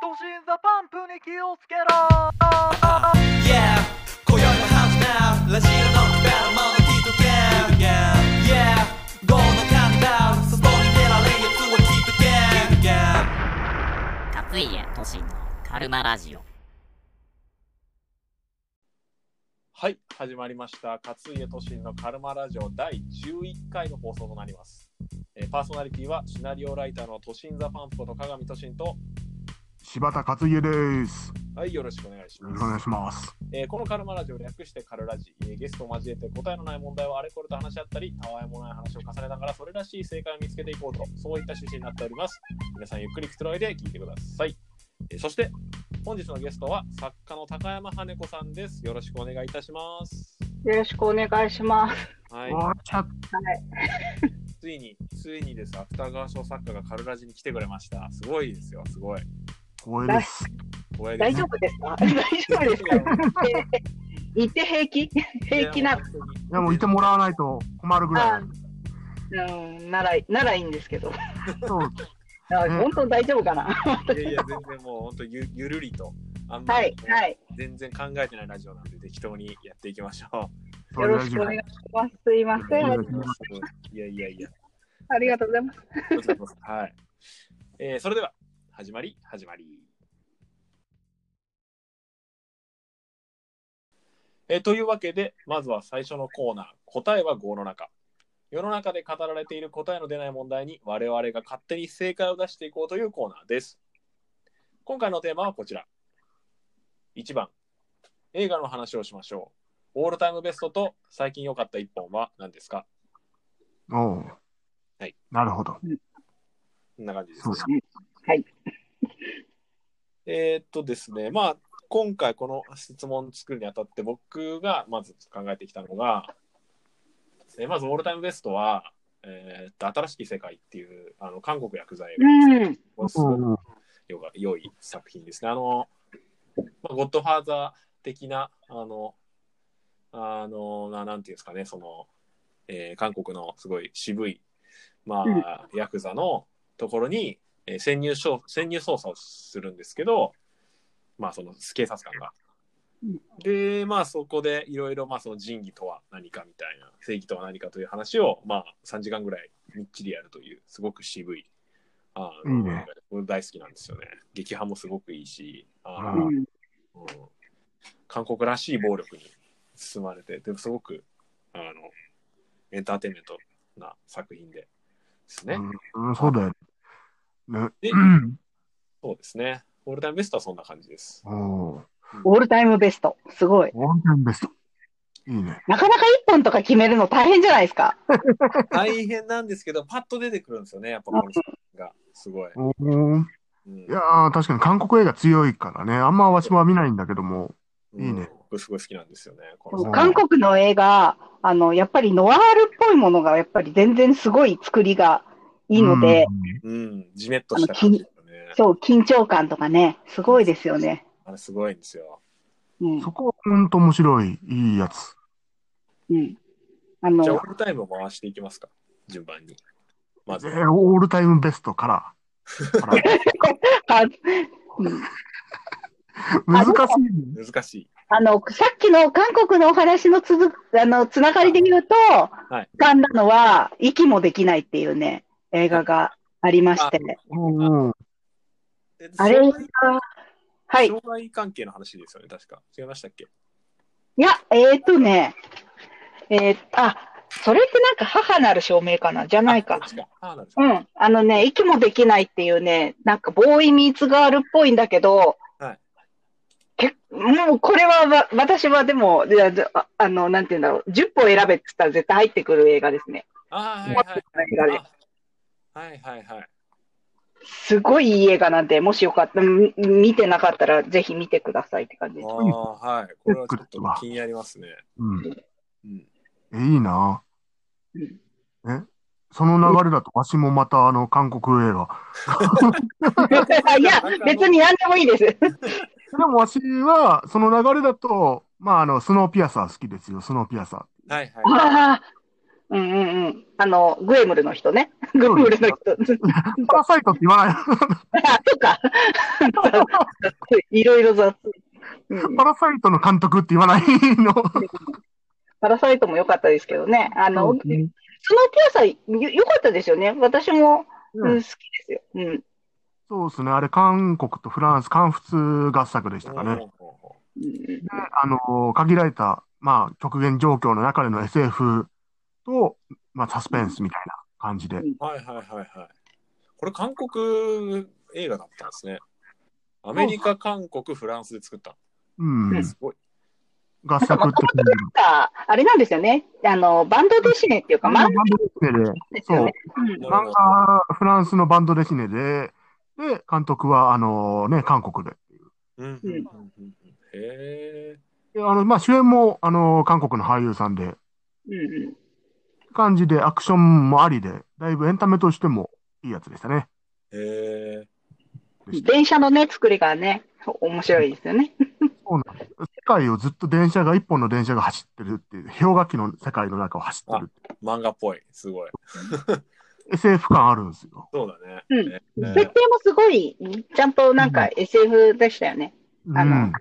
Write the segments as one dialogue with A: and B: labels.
A: 都心ザパンプに気をつけろ
B: Yeah 今宵のハウスナウラジオのくだらもなきとけ Yeah ゴーのカウンダウン外に出られんやつは聞いとけ
C: 勝家都心のカルマラジオ
D: はい、始まりました。勝家都心のカルマラジオ第11回の放送となります。えーパーソナリティはシナリオライターの都心ザパンプこと鏡都心と、
E: 柴田勝家です。
D: はい、よろしくお願いし
E: よろ
D: ます
E: しくお。願いします。
D: えーこのカルマラジオ略してカルラジ、えーゲストを交えて答えのない問題をあれこれと話し合ったり、たわいもない話を重ねながら、それらしい正解を見つけていこうと、そういった趣旨になっております。皆さんゆっくりくつろいで聞いてください。えーそして、本日のゲストは作家の高山羽子さんです。よろしくお願いいたします。
F: よろしくお願いします。
D: はい、
E: おちゃ
D: ついに、ついにです、芥川賞作家がカルラジに来てくれました。すごいですよ、すごい。
E: 光栄です。
D: 光栄です
F: 大丈夫ですか 大丈 夫ですかいて平気平気な、
D: いや本当に
E: でもいてもらわないと困るぐらい。
F: うん、ならならいいんですけど、
E: そう、
F: あ
E: うん
F: 本当大丈夫かな
D: いやいや、全然もう本当ゆゆるりと、あんま
F: は
D: り
F: い
D: こう、
F: はい。
D: 全然考えてないラジオなんで適当にやっていきましょ
E: そ
F: よ
E: れ
F: ろ
E: 大
F: し
E: 丈
F: くお
E: 夫
F: 願いします。すいま
D: う。
F: せん。
E: はい
D: いやいやいや。
F: ありがとうございます。
D: こちらこそはい。えーそれでは始まり始まり。えーというわけでまずは最初のコーナー答えは5の中。世の中で語られている答えの出ない問題に我々が勝手に正解を出していこうというコーナーです。今回のテーマはこちら。1番映画の話をしましょう。オールタイムベストと最近良かった1本は何ですか
E: おう
D: はい
E: なるほど。
D: こんな感じです
E: そう
D: ね
E: です。
D: えーっとですね、まあ、今回この質問を作るにあたって、僕がまず考えてきたのが、えーまずオールタイムベストは、えーっと、新しき世界っていう、あの、韓国薬剤
F: う
D: が、
F: ん。
D: これすごく
E: おう
D: 良が良い作品ですね。あの、まあ、ゴッドファーザー的な、あの、あの、ななんていうんですかね、その、えー韓国のすごい渋い、まあ、ヤクザのところに、えー潜入しょ潜入捜査をするんですけど、まあ、その警察官が
F: うん。
D: で、まあ、そこでいろいろ、まあ、その仁義とは何かみたいな、正義とは何かという話を、まあ、3時間ぐらいみっちりやるという、すごく渋い。あの
E: いいね
D: 僕大好きなんですよね。劇派もすごくいいし、あの
E: うん
D: う
F: うん
D: ん韓国らしい暴力に包まれて、でもすごくあのエンターテインメントな作品でですね。
E: うん、そうだよ。ね。
D: で
E: うん
D: そうですね。オールタイムベストはそんな感じ です。
E: おう
F: オールタイムベスト。すごい。
E: オールタイムベスト。いいね。
F: なかなか一本とか決めるの大変じゃないですか。
D: 大変なんですけど、パッと出てくるんですよね、やっぱこの作品が。すごい。
E: おう
D: うん
E: いやー、確かに韓国映画強いからね。あんま私も見ないんだけども。
D: うん
E: いいね
D: 僕すごい好きなんですよね。こ
E: そう
D: の
F: 韓国の映画、あの、やっぱりノワールっぽいものが、やっぱり全然すごい作りがいいので、
D: うん、じめっとした感じですよね。
F: そう、緊張感とかね、すごいですよね。
D: あれすごいんですよ。
F: う
E: うんん。そこはほんと面白い、いいやつ。
F: うん。
D: じゃあ、
F: あ
D: オ
F: の
D: ー、ルタイムを回していきますか、順番に。まず
E: え、ーオールタイムベス トから。から
F: あ
E: 難しいね。
D: 難しい。
F: あの、さっきの韓国のお話の続く、あの、つながりで言うと、
D: はい
F: 浮かんだのは、息もできないっていうね、映画がありまして、
E: おう
D: え
F: あれ
D: 障
F: が
D: 害、
F: はい。い
D: 障害関係の話ですよね、確か。違いましたっけ
F: や、えーとね、えーあ、それってなんか母なる証明かなじゃない
D: あ
F: か
D: こ。っちああ、なるほ
F: う
D: ど。
F: ん。あのね、息もできないっていうね、なんかボーイミーツガールっぽいんだけど、
D: はい
F: けもうこれはわ私はでも、いやああの、なんて言うんだろう、10本選べって言ったら絶対入ってくる映画ですね。
D: ああ、
F: うん
D: はい
F: あ
D: はい
F: れ。
D: あはいはいはい。
F: すごいいい映画なんで、もしよかったら、み見てなかったらぜひ見てくださいって感じです
D: あ。あ、はい。これはちょっと
E: うん
D: 気になりますね。
E: うん。
D: うん。
E: え、いいな
F: うん。
E: え、その流れだと、わしもまた、あの、韓国映画。
F: いや、別に何でもいいです。
E: でも、わしは、その流れだと、まあ、あの、スノーピアサー好きですよ、スノーピアサ
D: はいはい。
F: ああ、うんうんうん。あの、グエムルの人ね。グエムルの人。
E: パラサイトって言わない。
F: あ、そうか。 いろいろ雑。うん
E: パラサイトの監督って言わないの。
F: パラサイトも良かったですけどね。あの、スマートピアさん、よ良かったですよね。私も、うん好きですよ。うん。
E: そうですね。あれ、韓国とフランス、韓仏合作でしたかね。で
F: うん
E: あの、限られた、まあ、極限状況の中での SF と、まあ、サスペンスみたいな感じで。
D: はいはいはいはい。これ韓国映画だったんですね。アメリカ、韓国、フランスで作った。
E: うん。
D: すごい。
E: 合作って感じの。
F: ああれなんですよね。あの、バンドデシネっていうか、漫
E: バ
F: 画
E: ンドデシ
F: で
E: ネで、
F: す
E: そ
F: よ
E: う
F: ね。。うん
D: な
E: 漫
D: るほど
E: 画、フランスのバンドデシネで、で、監督は、あのね、韓国で。
D: うんうんうんうんへえ。
E: であの、まあ、主演も、あの、韓国の俳優さんで、
F: うんうん。
E: 感じで、アクションもありで、だいぶエンタメとしてもいいやつでしたね。
D: へえ。
F: 電車のね、作りがね、面白いですよね。
E: 世界をずっと電車が、一本の電車が走ってるっていう、氷河期の世界の中を走ってるってい
D: 漫画っぽい。すごい。
E: う SF 感あるんですよ。
D: そうだね。
F: うん
D: ね
E: うん
F: 設定もすごい、ちゃんとなんか SF でしたよね。
E: う
F: あの
E: ん。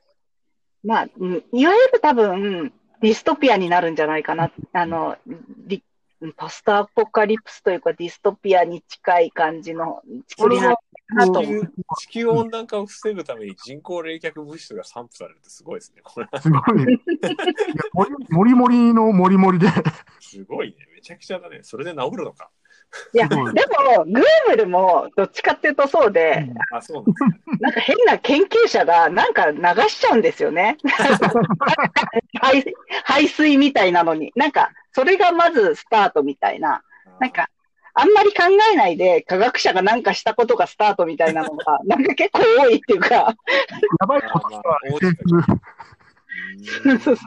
F: まあ、うんいわゆる多分、ディストピアになるんじゃないかな。あの、リポストアポカリプスというか、ディストピアに近い感じの作りなのかなと
D: 地
F: 思う。
D: 球地球温暖化を防ぐために人工冷却物質が散布されるってすごいですね。これ
E: すごい。いやもりもりのもりもり で、
D: すごいね。めちゃくちゃだね。それで治るのか。
F: いや、
E: す
F: で
E: ごい
F: も、グエムルもどっちかっていうとそうで、
D: あ、そうなんだ。
F: なんか変な研究者がなんか流しちゃうんですよ ね。排水排水みたいなのに。なんか、それがまずスタートみたいな。なんか、あんまり考えないで科学者がなんかしたことがスタートみたいなの が、なんか結構多いっていうか、
E: やばいことしたら SF、
D: うん。
F: そうそうそうそ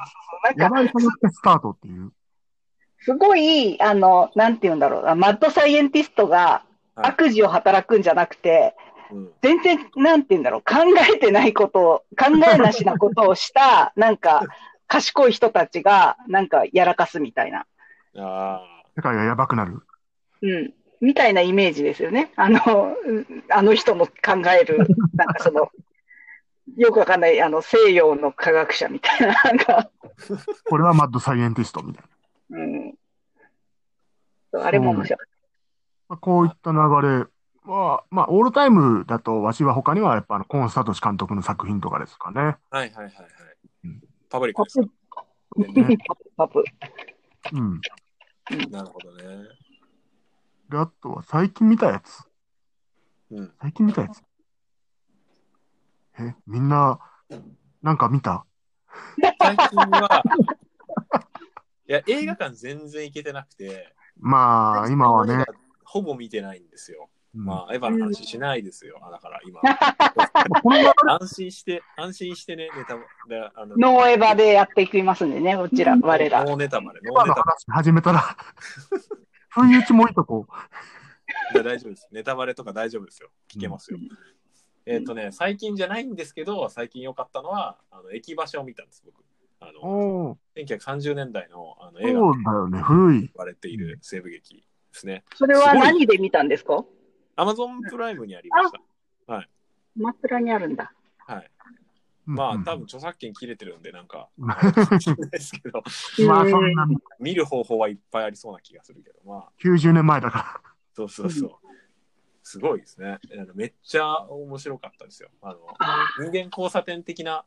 F: う。な
E: や
F: んか、
E: ばいことしてスタートっていう。
F: すごい、あの、なんて言うんだろうな、マッドサイエンティストが
D: はい
F: 悪事を働くんじゃなくて、
D: うん
F: 全然、なんて言うんだろう、考えてないことを、考えなしなことをした、なんか、賢い人たちが、なんか、やらかすみたいな、
D: あ
E: 世界がやばくなる。
F: うん、みたいなイメージですよね。あの、うんあの人の考える、 なんかその、よくわかんない、あの、西洋の科学者みたいな、 なんか、
E: これはマッドサイエンティストみたいな。
F: うん。そうあれも面白い。
E: まあ、こういった流れは、まあ、オールタイムだと、わしは他には、やっぱあの、コーン・サトシ監督の作品とかですかね。
D: あ。はいはいはいはい
E: うん。
D: パブリックですか
E: ね
F: パブ。
E: うん。
D: なるほどね。
E: で、あとは最近見たやつ。
D: うん。
E: 最近見たやつ。え、みんな、なんか見た
D: 最近は、 いや、映画館全然行けてなくて、
E: まあ、今はね、。
D: ほぼ見てないんですよ。
E: うん
D: まあ、エヴァの話しないですよ。あだから 今。
E: この流れ
D: 安心して、安心してね、ネタもであの
F: ノーエヴァでやっていきますんでね、こちら、我ら。
D: ノーネタまで、ノ
E: 今
D: ーネ
E: の
D: タ
E: 話始め たら、不意打ちもいとこう。
D: いや大丈夫です。ネタバレとか大丈夫ですよ。聞けますよ。えっ、とね、最近じゃないんですけど、最近良かったのは、あの駅馬車を見たんです、僕。あの
E: おー
D: 1930年代のあの映画
E: そう
D: と
E: だよね、古い
D: 言。われている西部劇ですね。
F: それは何で見たんですか
D: アマゾンプライムにありました。
F: マプラにあるんだ。
D: はい。まあ、
E: うん
D: 多分。著作権切れてるんで、なんか、
E: ま
D: ですけど、
E: あ、そんな
D: 見る方法はいっぱいありそうな気がするけど、まあ、
E: 90年前だか
D: そうそうそう。すごいですね。あのめっちゃ面白かったですよ。あの
F: あ
D: 人間交差点的な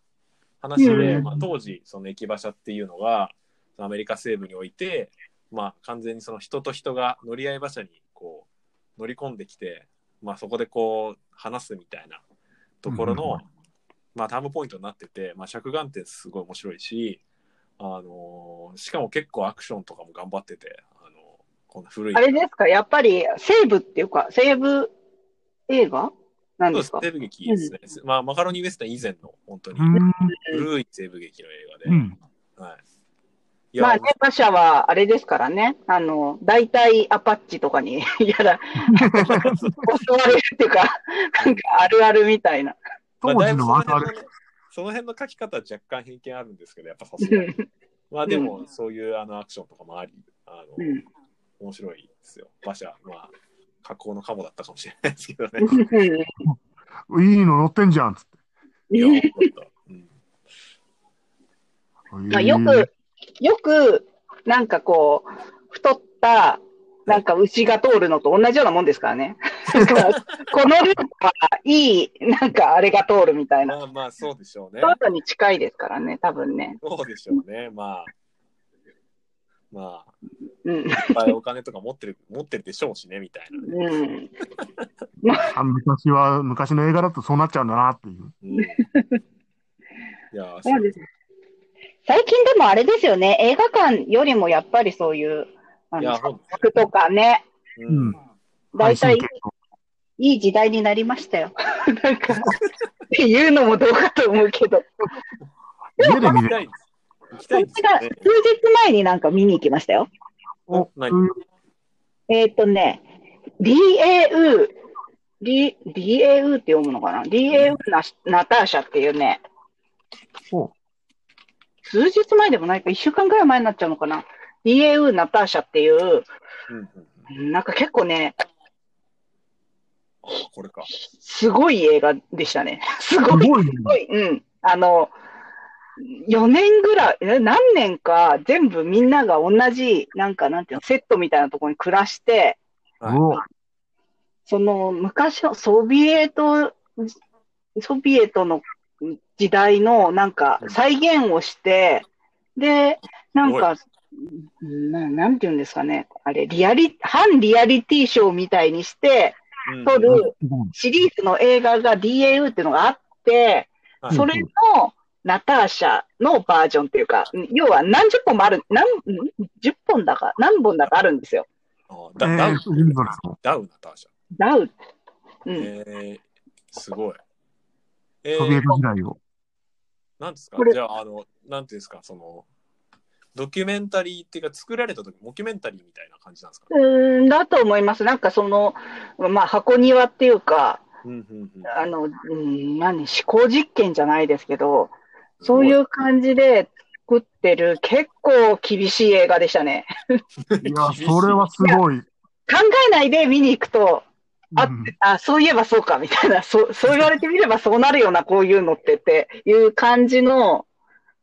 D: 話で、
E: うん
D: まあ、当時その駅馬車っていうのがそのアメリカ西部において、まあ、完全にその人と人が乗り合い馬車にこう乗り込んできて、まあ、そこでこう話すみたいなところの、
E: うんうん
D: まあ、タームポイントになってて、まあ、着眼点すごい面白いし、あのしかも結構アクションとかも頑張ってて、あのこんな古い
F: あれですかやっぱり西部っていうか、西部映画なん
D: そう
F: で
D: ですす
F: か。
D: 西部劇ですね。まあ、マカロニウエスタン以前の、本当に
E: ら。う、ん。
D: 古い西部劇の映
E: う
D: 画で。
E: ん。
D: はい。いや、
F: まあ、電波車はあれですからね、あの、大体アパッチとかに や ら、襲われるっていうか、なんかあるあるみたいな。
E: 当
D: まあだい
E: 時
D: ぶそ
E: の
D: の
E: あるあ
D: 辺のね
E: る。
D: その辺の書き方は若干偏見あるんですけど、やっぱさすがに。まあ、でも、そういうあのアクションとかもあり、あの、
F: うん
D: 面白いですよ。馬車、まあ、加工のカモだったかもしれないですけどね。
E: いいの乗ってんじゃんっつって。
D: いや、本当うん、
F: まあ、よく、よく、なんかこう、太った、なんか牛が通るのと同じようなもんですか らね。だからこのルートはいい、なんかあれが通るみたいな。
D: まあまあ、そうでしょうね
F: そ。の後に近いですからね、多分ね。
D: そうでしょうね。まあ、まあ、
F: うん。
D: いっぱいお金とか持ってる、持ってるでしょうしね、みたいな。
F: うん。
E: あ昔は、昔の映画だとそうなっちゃうんだなっていう。
D: うん、いや、
F: そうです。最近でもあれですよね、映画館よりもやっぱりそういう、あ
D: い
F: の
D: や、、本
F: 作とかね、
D: 当う
E: うん
D: ん。
F: 大
E: 配信
F: 体
E: 系の
F: いい時代になりましたよ。 なんか、っていうのもどうかと思うけど。
E: 家で見
D: 行き
E: れ
D: た
E: る。
D: いです。行きた
F: こ
D: い
F: っ
D: です
F: ちが
D: よ
F: 数
D: ね
F: 日。前になんか見に行きましたよ。
E: お
D: 何
E: うん
F: えっ、とね、DAU、D、DAU って読むのかな ?DAU なナターシャっていうね、
E: お
F: 数日前でもないか、1週間ぐらい前になっちゃうのかな ?DAU ナターシャっていう、
D: うんうんうん
F: なんか結構ね、
D: あ、これか。
F: すごい映画でしたね。 す
E: す
F: ごい、す
E: ごいね。
F: ごい。うん。あの、4年ぐらい、え何年か全部みんなが同じ、なんかなんていうの、セットみたいなところに暮らして、
D: はい
E: お
F: その昔のソビエト、ソビエトの時代のなんか再現をして、で、なんか、ななんていうんですかね、あれ、リアリ、反リアリティショーみたいにして
D: うん
F: 撮
E: うん
F: るシリーズの映画が DAU っていうのがあって、
D: はい
F: それのナターシャのバージョンっていうか、要は何十本もある、何、ん10本だか、何本だかあるんですよ。
D: あ
E: え
D: ダダウン
E: ー、インドなの
D: ダウンナターシャ。
F: ダウ。うん。
D: えー、すごい。え
E: ソビエ
D: ー、
E: ト時代を。
D: なんですか
F: これ
D: じゃあ、あの、なんていうんですか、その、ドキュメンタリーっていうか、作られた時、モキュメンタリーみたいな感じなんですか、
F: うーん、だと思います。なんかその、まあ、箱庭っていうか、
D: うん うんうん、
F: あの、うん、何、思考実験じゃないですけど、そういう感じで作ってる結構厳しい映画でしたね。
E: いや、それはすごい。
F: 考えないで見に行くと、あ
E: うん
F: あ、そういえばそうか、みたいな、そう、そう言われてみればそうなるような、こういうのってっていう感じの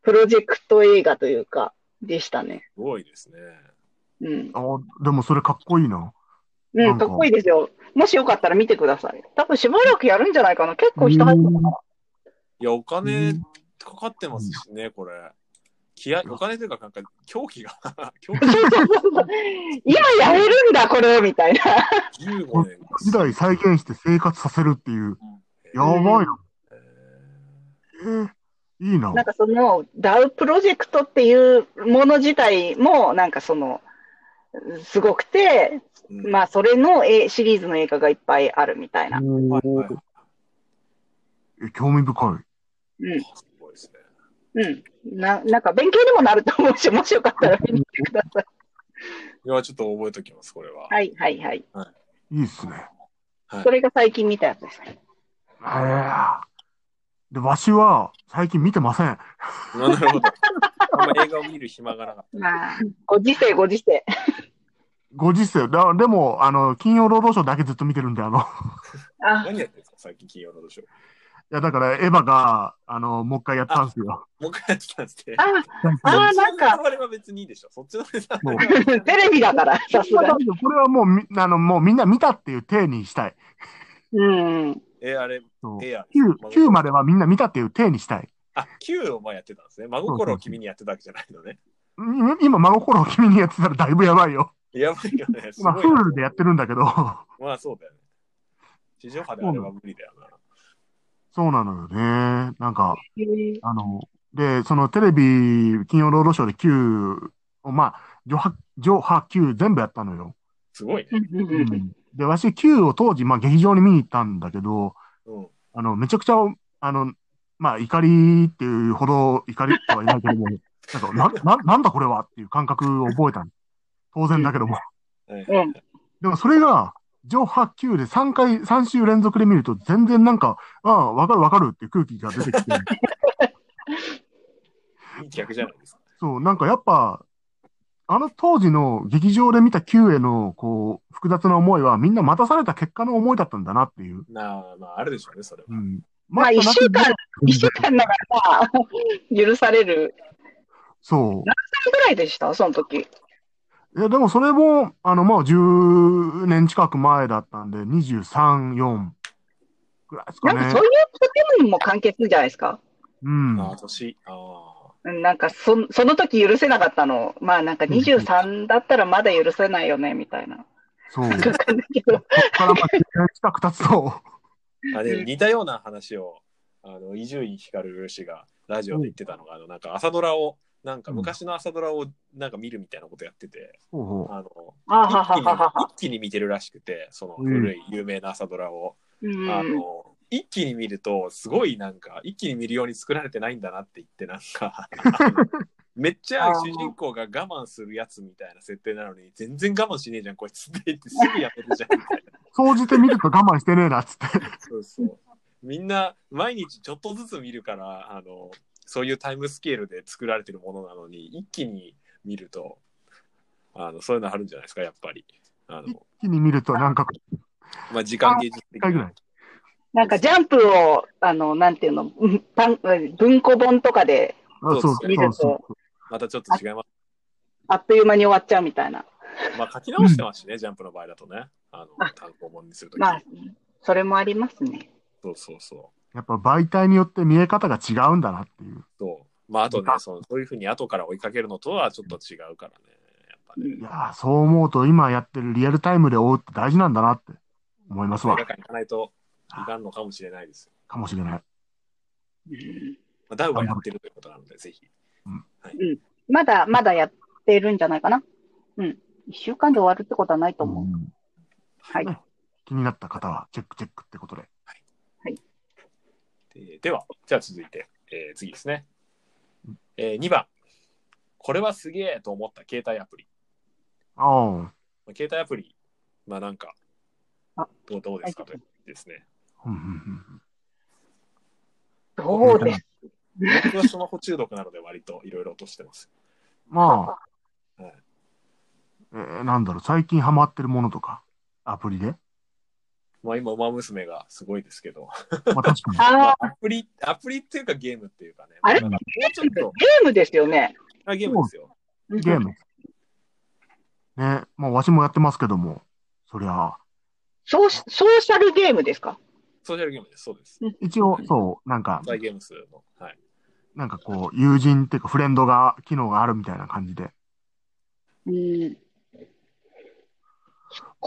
F: プロジェクト映画というか、でしたね。
D: すごいですね。
F: うん。
E: あでもそれかっこいいな。
F: うん、かっこいいですよ。もしよかったら見てください。多分しばらくやるんじゃないかな。結構人入ってたかな。
D: いや、お金
E: うん
D: かかってますしね、これ。気合、お金というか、なんか、狂気が、狂気
F: 今やれるんだ、これみたいな。
D: 15年。
E: 時代再現して生活させるっていう。やばいな。
D: え
E: えーいいな。
F: なんかその DAO プロジェクトっていうもの自体も、なんかその、すごくて、
D: ーうん
F: まあ、それのえシリーズの映画がいっぱいあるみたいな。
E: お
D: はい
E: ー
D: はい
E: え興味深い。
F: うん。
D: すごいですね。
F: うん。ななんか勉強にもなると思 うし、もしよかったら見に来てください。
D: いや、ちょっと覚えておきます、これは。
F: はいはいはい。
E: いいっすね。
F: それが最近見たやつです。
E: えーで、わしは最近見てません。
D: なるほど。あんま映画を見る暇がなかっ
F: まあ、ご時世ご時世。
E: ご時世。だでも、あの、金曜労働省だけずっと見てるんで、あの、 い
D: た。
F: あ、
D: 何やってるんですか、最近金曜ロードショー。
E: や、だから、エヴァが、あの、もう一回やったんですよ。
D: もう一回やってたんですね。
F: あ、 あーなんか
D: そっちのネタバレは別にいいでしょ。そっちのネタバレは
F: テレビだから、さす
E: まあ
F: が
E: だけどこれはもうみ、あの、もうみんな見たっていう体にしたい。
F: うん。
D: え、あれ、
E: そう
D: えや。
E: 9、九まではみんな見たっていう体にしたい。
D: あ、9を前やってたんですね。真心を君にやってたわけじゃないのね。
E: 今、今真心を君にやってたらだいぶやばいよ。
D: やばいよね。すご
E: 今、
D: いな
E: Hulu でやってるんだけど、
D: まあそうだよね。地上波であれば無理だよな。
E: そうなのよね。なんか、
F: へー
E: あの、で、そのテレビ、金曜ロードショーで9を、まあ、上波、上波9全部やったのよ。
D: すごいね。
E: で、わし9を当時、まあ、劇場に見に行ったんだけど、
D: うん。
E: あの、めちゃくちゃ、あの、まあ、怒りっていうほど怒りとはいないけ れども、なんか、な、な、なんだこれはっていう感覚を覚えたの。当然だけども。
D: はい
F: うん
E: でもそれが、上波9で3回、3週連続で見ると、全然なんか、ああ、わかるわかるっていう空気が出てきて、
D: いい企画じゃないですか。
E: そう、なんかやっぱ、あの当時の劇場で見た Q への、こう、複雑な思いは、みんな待たされた結果の思いだったんだなっていう。
D: なあ、まあ、あるでしょうね、それは。
E: うん。
F: まあ、
E: 待
F: 一
E: ったな
F: 週間、
E: うん
F: 一週間だからさ、 許される
E: そう。
F: ぐらいでした、その時。
E: いや、でもそれも、あの、もう10年近く前だったんで、23、4ぐらいです
F: な
E: か
F: ん
E: ね
F: か。そういうことにも関係するじゃないですか。
E: うん。
D: ああ、年。ああ。
F: うんなんかそ、その時許せなかったの。まあなんか23だったらまだ許せないよね、みたいな。
E: そう。こ
F: なんかわかんないけど。
E: っからまあ10年近く経つと、
D: あでも似たような話をあの伊集院光氏がラジオで言ってたのが、あのなんか朝ドラをなんか
E: うん
D: 昔の朝ドラをなんか見るみたいなことやってて、
E: ほうほう
D: あの
F: あ
D: 一
F: は
D: 気
F: は
D: に
F: ははは。
D: 一気に見てるらしくてその
E: うん
D: 古い有名な朝ドラを、
F: うん。
D: あの一気に見るとすごいなんか一気に見るように作られてないんだなって言ってなんか あのめっちゃ
F: あー
D: 主人公が我慢するやつみたいな設定なのに全然我慢しねえじゃんこいつって言ってすぐやめるじゃんみたいな。
E: 総じて見ると我慢してねえなっつって。
D: そうそう。みんな毎日ちょっとずつ見るから、あの、そういうタイムスケールで作られてるものなのに、一気に見ると、あの、そういうのあるんじゃないですか、やっぱり。あの、
E: 一気に見るとなんか、
D: まあ、時間芸術
E: 一
D: 的
E: 回ぐら。。
D: ない
F: なんかジャンプを、あの、なんていうの、うんパン文庫本とかで
E: あそう
D: そう
E: そ
D: ですね
E: うそうそう。
D: またちょっと違いま
F: あっという間に終わっちゃうみたいな。
D: す。まあ、書き直してますしね、ジャンプの場合だとね。あの
F: あ、
D: 単行本にするとき、
F: まあ、それもありますね。
D: そうそうそう。
E: やっぱ媒体によって見え方が違うんだなっていう。
D: そう。まあ、あとね、そのそういうふうに後から追いかけるのとはちょっと違うからね。やっぱね。
E: いやーそう思うと今やってるリアルタイムで追うって大事なんだなって思います
D: 映
E: わ
D: 画。館行かないといかんのかもしれないです。
E: かもしれない。
F: うん
D: まあ、ダウがやってるということなので、ぜひ。
F: まだ、まだやってるんじゃないかな。うん。一週間で終わるってことはないと思う。
E: うん
F: はい。
E: ね気になった方はチェックチェックってことで。
D: えーでは、じゃあ続いて、えー次ですね。え2番、これはすげえと思った携帯アプリ。
E: ああ、
D: まあ携帯アプリ、まあなんか
F: あ、
D: どうどうですか
F: は
D: と
F: い
D: いうですね。
E: うんうんうん
F: どうです
D: 僕はスマホ中毒なので割といろいろとしてます。
E: まあ
D: はい、
E: えーなんだろう、最近ハマってるものとか、アプリで。
D: まあ今、ウマ娘がすごいですけど、
E: まあ、確 かに。
D: ま
F: あ
D: あアプリ、アプリっていうかゲームっていうかね。
F: あれ
D: まなんかもうち
F: ー
D: ょっ
F: ゲ
D: と
F: ームですよね。
D: あゲームですよ。
E: ゲーム。ね、まあ、わしもやってますけども、そりゃ、
F: ソーシソーシャルゲームですか
D: ソーシャルゲームです。そうです。
E: 一応、そう、なんか、
D: サイゲームスの。はい。
E: なんかこう、友人っていうか、フレンドが、機能があるみたいな感じで。
F: うん。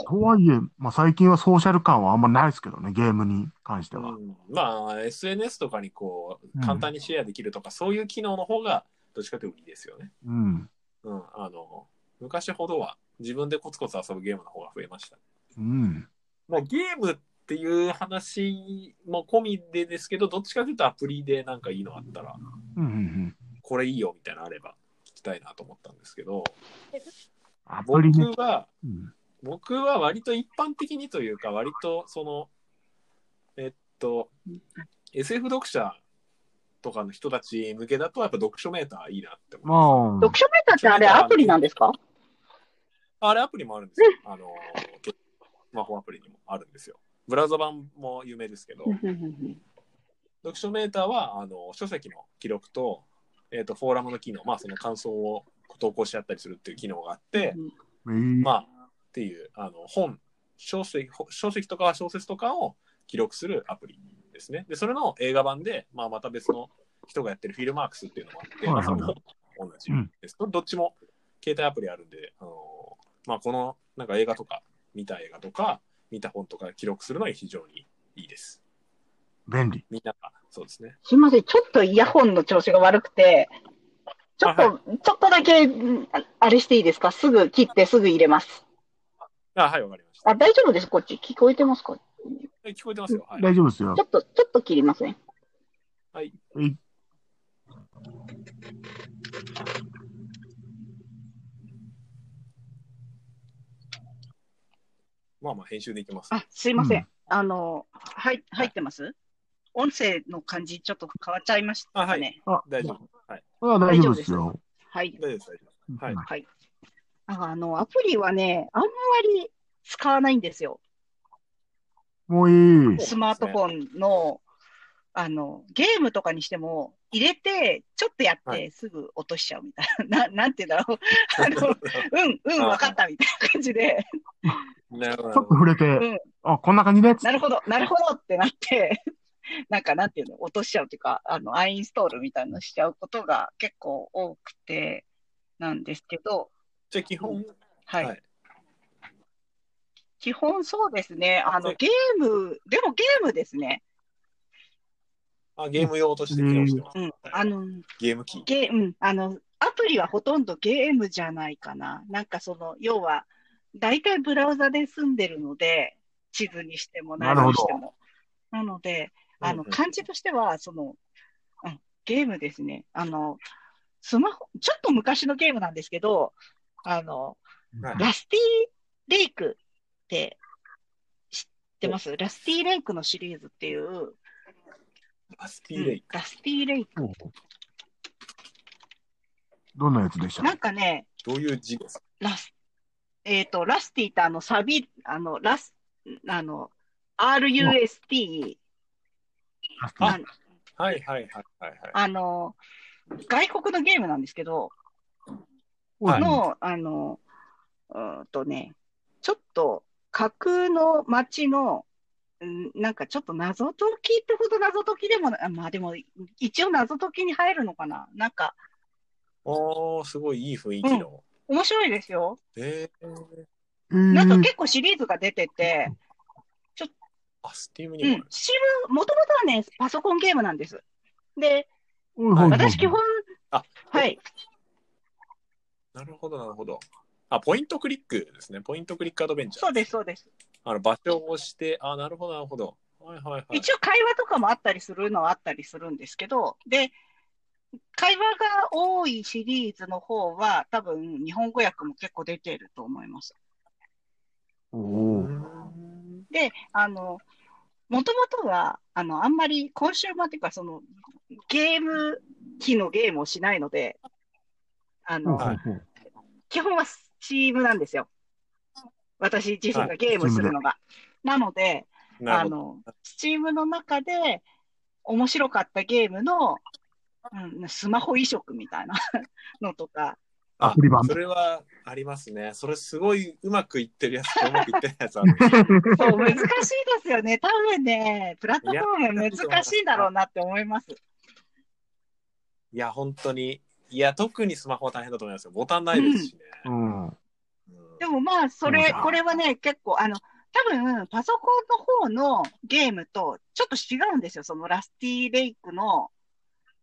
E: とはいえ、まあ、最近はソーシャル感はあんまないですけどね、ゲームに関しては。
D: うんまあ、SNS とかにこ
E: う
D: う、
E: ん
D: 簡単にシェアできるとか、そういう機能の方が、どっちかというといいですよね。
E: うん。
D: うん、あの、昔ほどは自分でコツコツ遊ぶゲームの方が増えました。
E: うん。
D: まあ、ゲームっていう話も込みでですけど、どっちかというとアプリでなんかいいのあったら、
E: うん。うんうん。
D: これいいよみたいなのあれば聞きたいなと思ったんですけど、
E: アプ
D: 僕
E: リね。
D: は、
E: うん
D: 僕は割と一般的にというか、割とその、えっと、SF 読者とかの人たち向けだと、やっぱ読書メーターいいなって思います。
E: まあ
F: 読、書メーターってあれアプリなんですか
D: あれアプリもあるんですよ。あの、結構スマホアプリにもあるんですよ。ブラウザ版も有名ですけど、読書メーターはあの書籍の記録と、えっ、と、フォーラムの機能、まあ、その感想を投稿し合ったりするっていう機能があって、
E: えー
D: まあ、っていう、あの、本、小説、ほ小説とか小説とかを記録するアプリですね。で、それの映画版で、まあ、また別の人がやってるフィルマークスっていうのもあって、
E: はい
D: ま
E: は
D: あ、
E: い
D: その本も同じです。どっちも携帯アプリあるんで、あのまあ、この、なんか映画とか、見た映画とか、見た本とか記録するのに非常にいいです。
E: 便利。
D: みんなが、そうですね。
F: すいません、ちょっとイヤホンの調子が悪くて、ちょっと、
D: あ
F: ちょっとだけ、んああれしていいですかすぐ切ってすぐ入れます。
D: あ、はい、わかりました。
F: あ、大丈夫ですこっち聞こえてますかち
D: え聞こえてますよ。はい。
E: 大丈夫ですよ。
F: ょっと、ちょっと切りますね。
D: はい。
E: はい
D: まあまあ、編集できます。
F: あ、すいません。
E: うん
F: あの、はい、入ってます音声の感じ、ちょっと変わっちゃいましたね。
D: あはい
E: あ、
D: 大丈夫。はい。
E: 夫。大丈夫ですよ。
F: はい。
D: 大丈夫です、大丈夫です。はい。
E: うん
F: はい。あの、アプリはね、あんまり使わないんですよ。
E: もういい。
F: スマートフォンの、あの、ゲームとかにしても、入れて、ちょっとやっ
D: は
F: て、すぐ落としちゃうみたいな、な なんて言うんだろう。あの、うん、うん、
D: あー
F: わかったみたいな感じで、
D: なるほ
E: ちょっと
D: ど。
E: 触れて、
F: うん
E: あ、こんな感じで
F: なるほど、なるほどってなって、 なんか、なんていうの、落としちゃうというか、あの、アインストールみたいなのしちゃうことが結構多くて、なんですけど、
D: じゃあ基本、
F: はい。
D: はい
F: 基本そうですね。あ
D: は
F: の、
D: い
F: ゲーム、でもゲームですね。
D: あゲーム用として機能してます。
F: うん。あの、
D: ゲーム機。
F: ゲーム、あの、アプリはほとんどゲームじゃないかな。なんかその、要は、大体ブラウザで住んでるので、地図にしても
E: な
F: 何
E: るほど
F: にしても。なので、あの、
D: うんうん
F: 感じとしては、その、うんゲームですね。あの、スマホ、ちょっと昔のゲームなんですけど、あの、
D: はい
F: ラスティレイクって知ってますラスティレイクのシリーズっていう、
D: あスピーレイ。
F: ラスティレイク。
E: どんなやつでした
F: なんかね、
D: どういう字ですか
F: ラス、えっと、ラスティってあの、サビ、あの、ラス、あの、RUST、
E: あ
F: あ
D: はいはいはいはいはい。
F: あの、外国のゲームなんですけど、
D: はい
F: の、あの、うーんとね、ちょっと架空の街の、うんなんかちょっと謎解きってほど謎解きでもな、あまあでも、一応謎解きに入るのかななんか、
D: おー、すごいいい雰囲気の。
F: 面白いですよ。
D: えー、
E: えー
F: なんか結構シリーズが出てて、
D: あ、スティームに
F: う
D: もあ
F: ん、シム、もともとはね、パソコンゲームなんです。で、
E: おいおいおい
F: 私、基本、
D: あ
F: はい、
D: る。なるほどなるほど。あ、ポイントクリックですね。ポイントクリックアドベンチャー。
F: そうです、。そうです。
D: あの場所を押して、あ、なるほどなるほど。はいはいはい。
F: 一応、会話とかもあったりするのはあったりするんですけど、で、会話が多いシリーズの方は、多分、日本語訳も結構出てると思います。
E: お
D: う
E: ー
D: ん
F: で、あの、もともとは、あの、あんまりコンシューマーっていうか、その、ゲーム機のゲームをしないので、あの、
D: はい
F: 基本はチームなんですよ。私自身がゲームするのが。なので、
D: な
F: あ
D: るほど。
F: の、スチームの中で面白かったゲームの、うん、スマホ移植みたいな のとか、
E: アプリ版
D: それはありますね。それすごいうまくいってるやつとうまくいってないやつある。
F: そう、難しいですよね。多分ね、プラットフォーム難しいんだろうなって思います。
D: いや、本当に。いや、特にスマホは大変だと思いますよ。ボタンないですしね。
E: うん。
D: うん
F: でもまあ、そ
E: そう
F: れ、
E: だ
F: これはね、結構、あの、多分、パソコンの方のゲームとちょっと違うんですよ。そのラスティレイクの、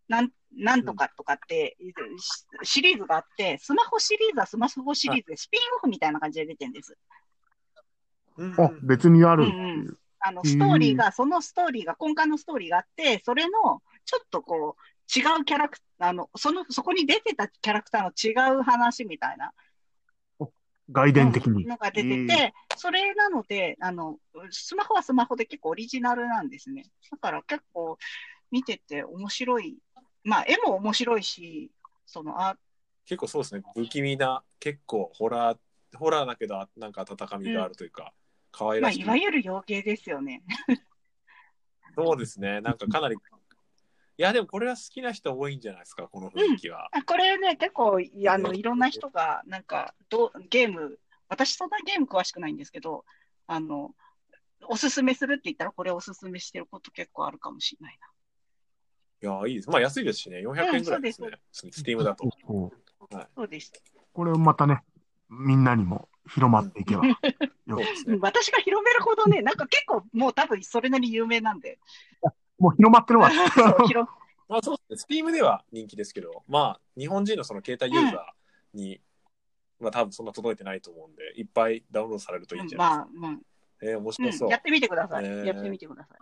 F: なん、なんとかとかって、しシリーズがあって、スマホシリーズはスマホシリーズで、スピンオフみたいな感じで出てるんです。
D: うん
E: あ、別にある
F: う
E: っ
F: ん
E: ていうう。
F: ん、あの
E: うん
F: ストーリーが、そのストーリーが、根幹のストーリーがあって、それのちょっとこう、違うキャラクター、あのそのそこに出てたキャラクターの違う話みたいな
E: 外伝的に。
F: のが出てて、
E: うん
F: それなのであの、スマホはスマホで結構オリジナルなんですね。だから結構見てて面白い、まあ、絵も面白いし、そのあ
D: 結構そうですね。不気味な、結構ホラー、ホラーだけど、なんか温かみがあるというか、可愛
F: まあ、
D: らし
F: い
D: い。
F: わゆる洋芸ですよね。
D: そうですね。なんかかなり。いや、でもこれは好きな人多いんじゃないですか、この雰囲気は。
F: あこれね、結構いあのいろんな人が、なんかどうゲーム、私、そんなゲーム詳しくないんですけど、あのおすすめするって言ったら、これおすすめしてること結構あるかもしれない
D: いや、いいです。まあ安いですしね。400円ぐらいですね。
F: うん
D: スティームだと。
E: そう
F: な。そうです。
E: これをまたね、みんなにも広まっていけば。
D: そうですね。
F: 私が広めるほどね、なんか結構もう多分それなりに有名な んで、
E: もう広まってるわ。
F: そう広
D: まあそうですね。Steam では人気ですけど、まあ日本人のその携帯ユーザーに、まあ多分そんな届いてないと思うんで、いっぱいダウンロードされるといいんじゃないです
F: ま
D: か。
F: あ、まあ
D: えー、面
F: う
D: 白そ
F: ん、
D: う。
F: やってみてください。
D: えー
F: やってみてください。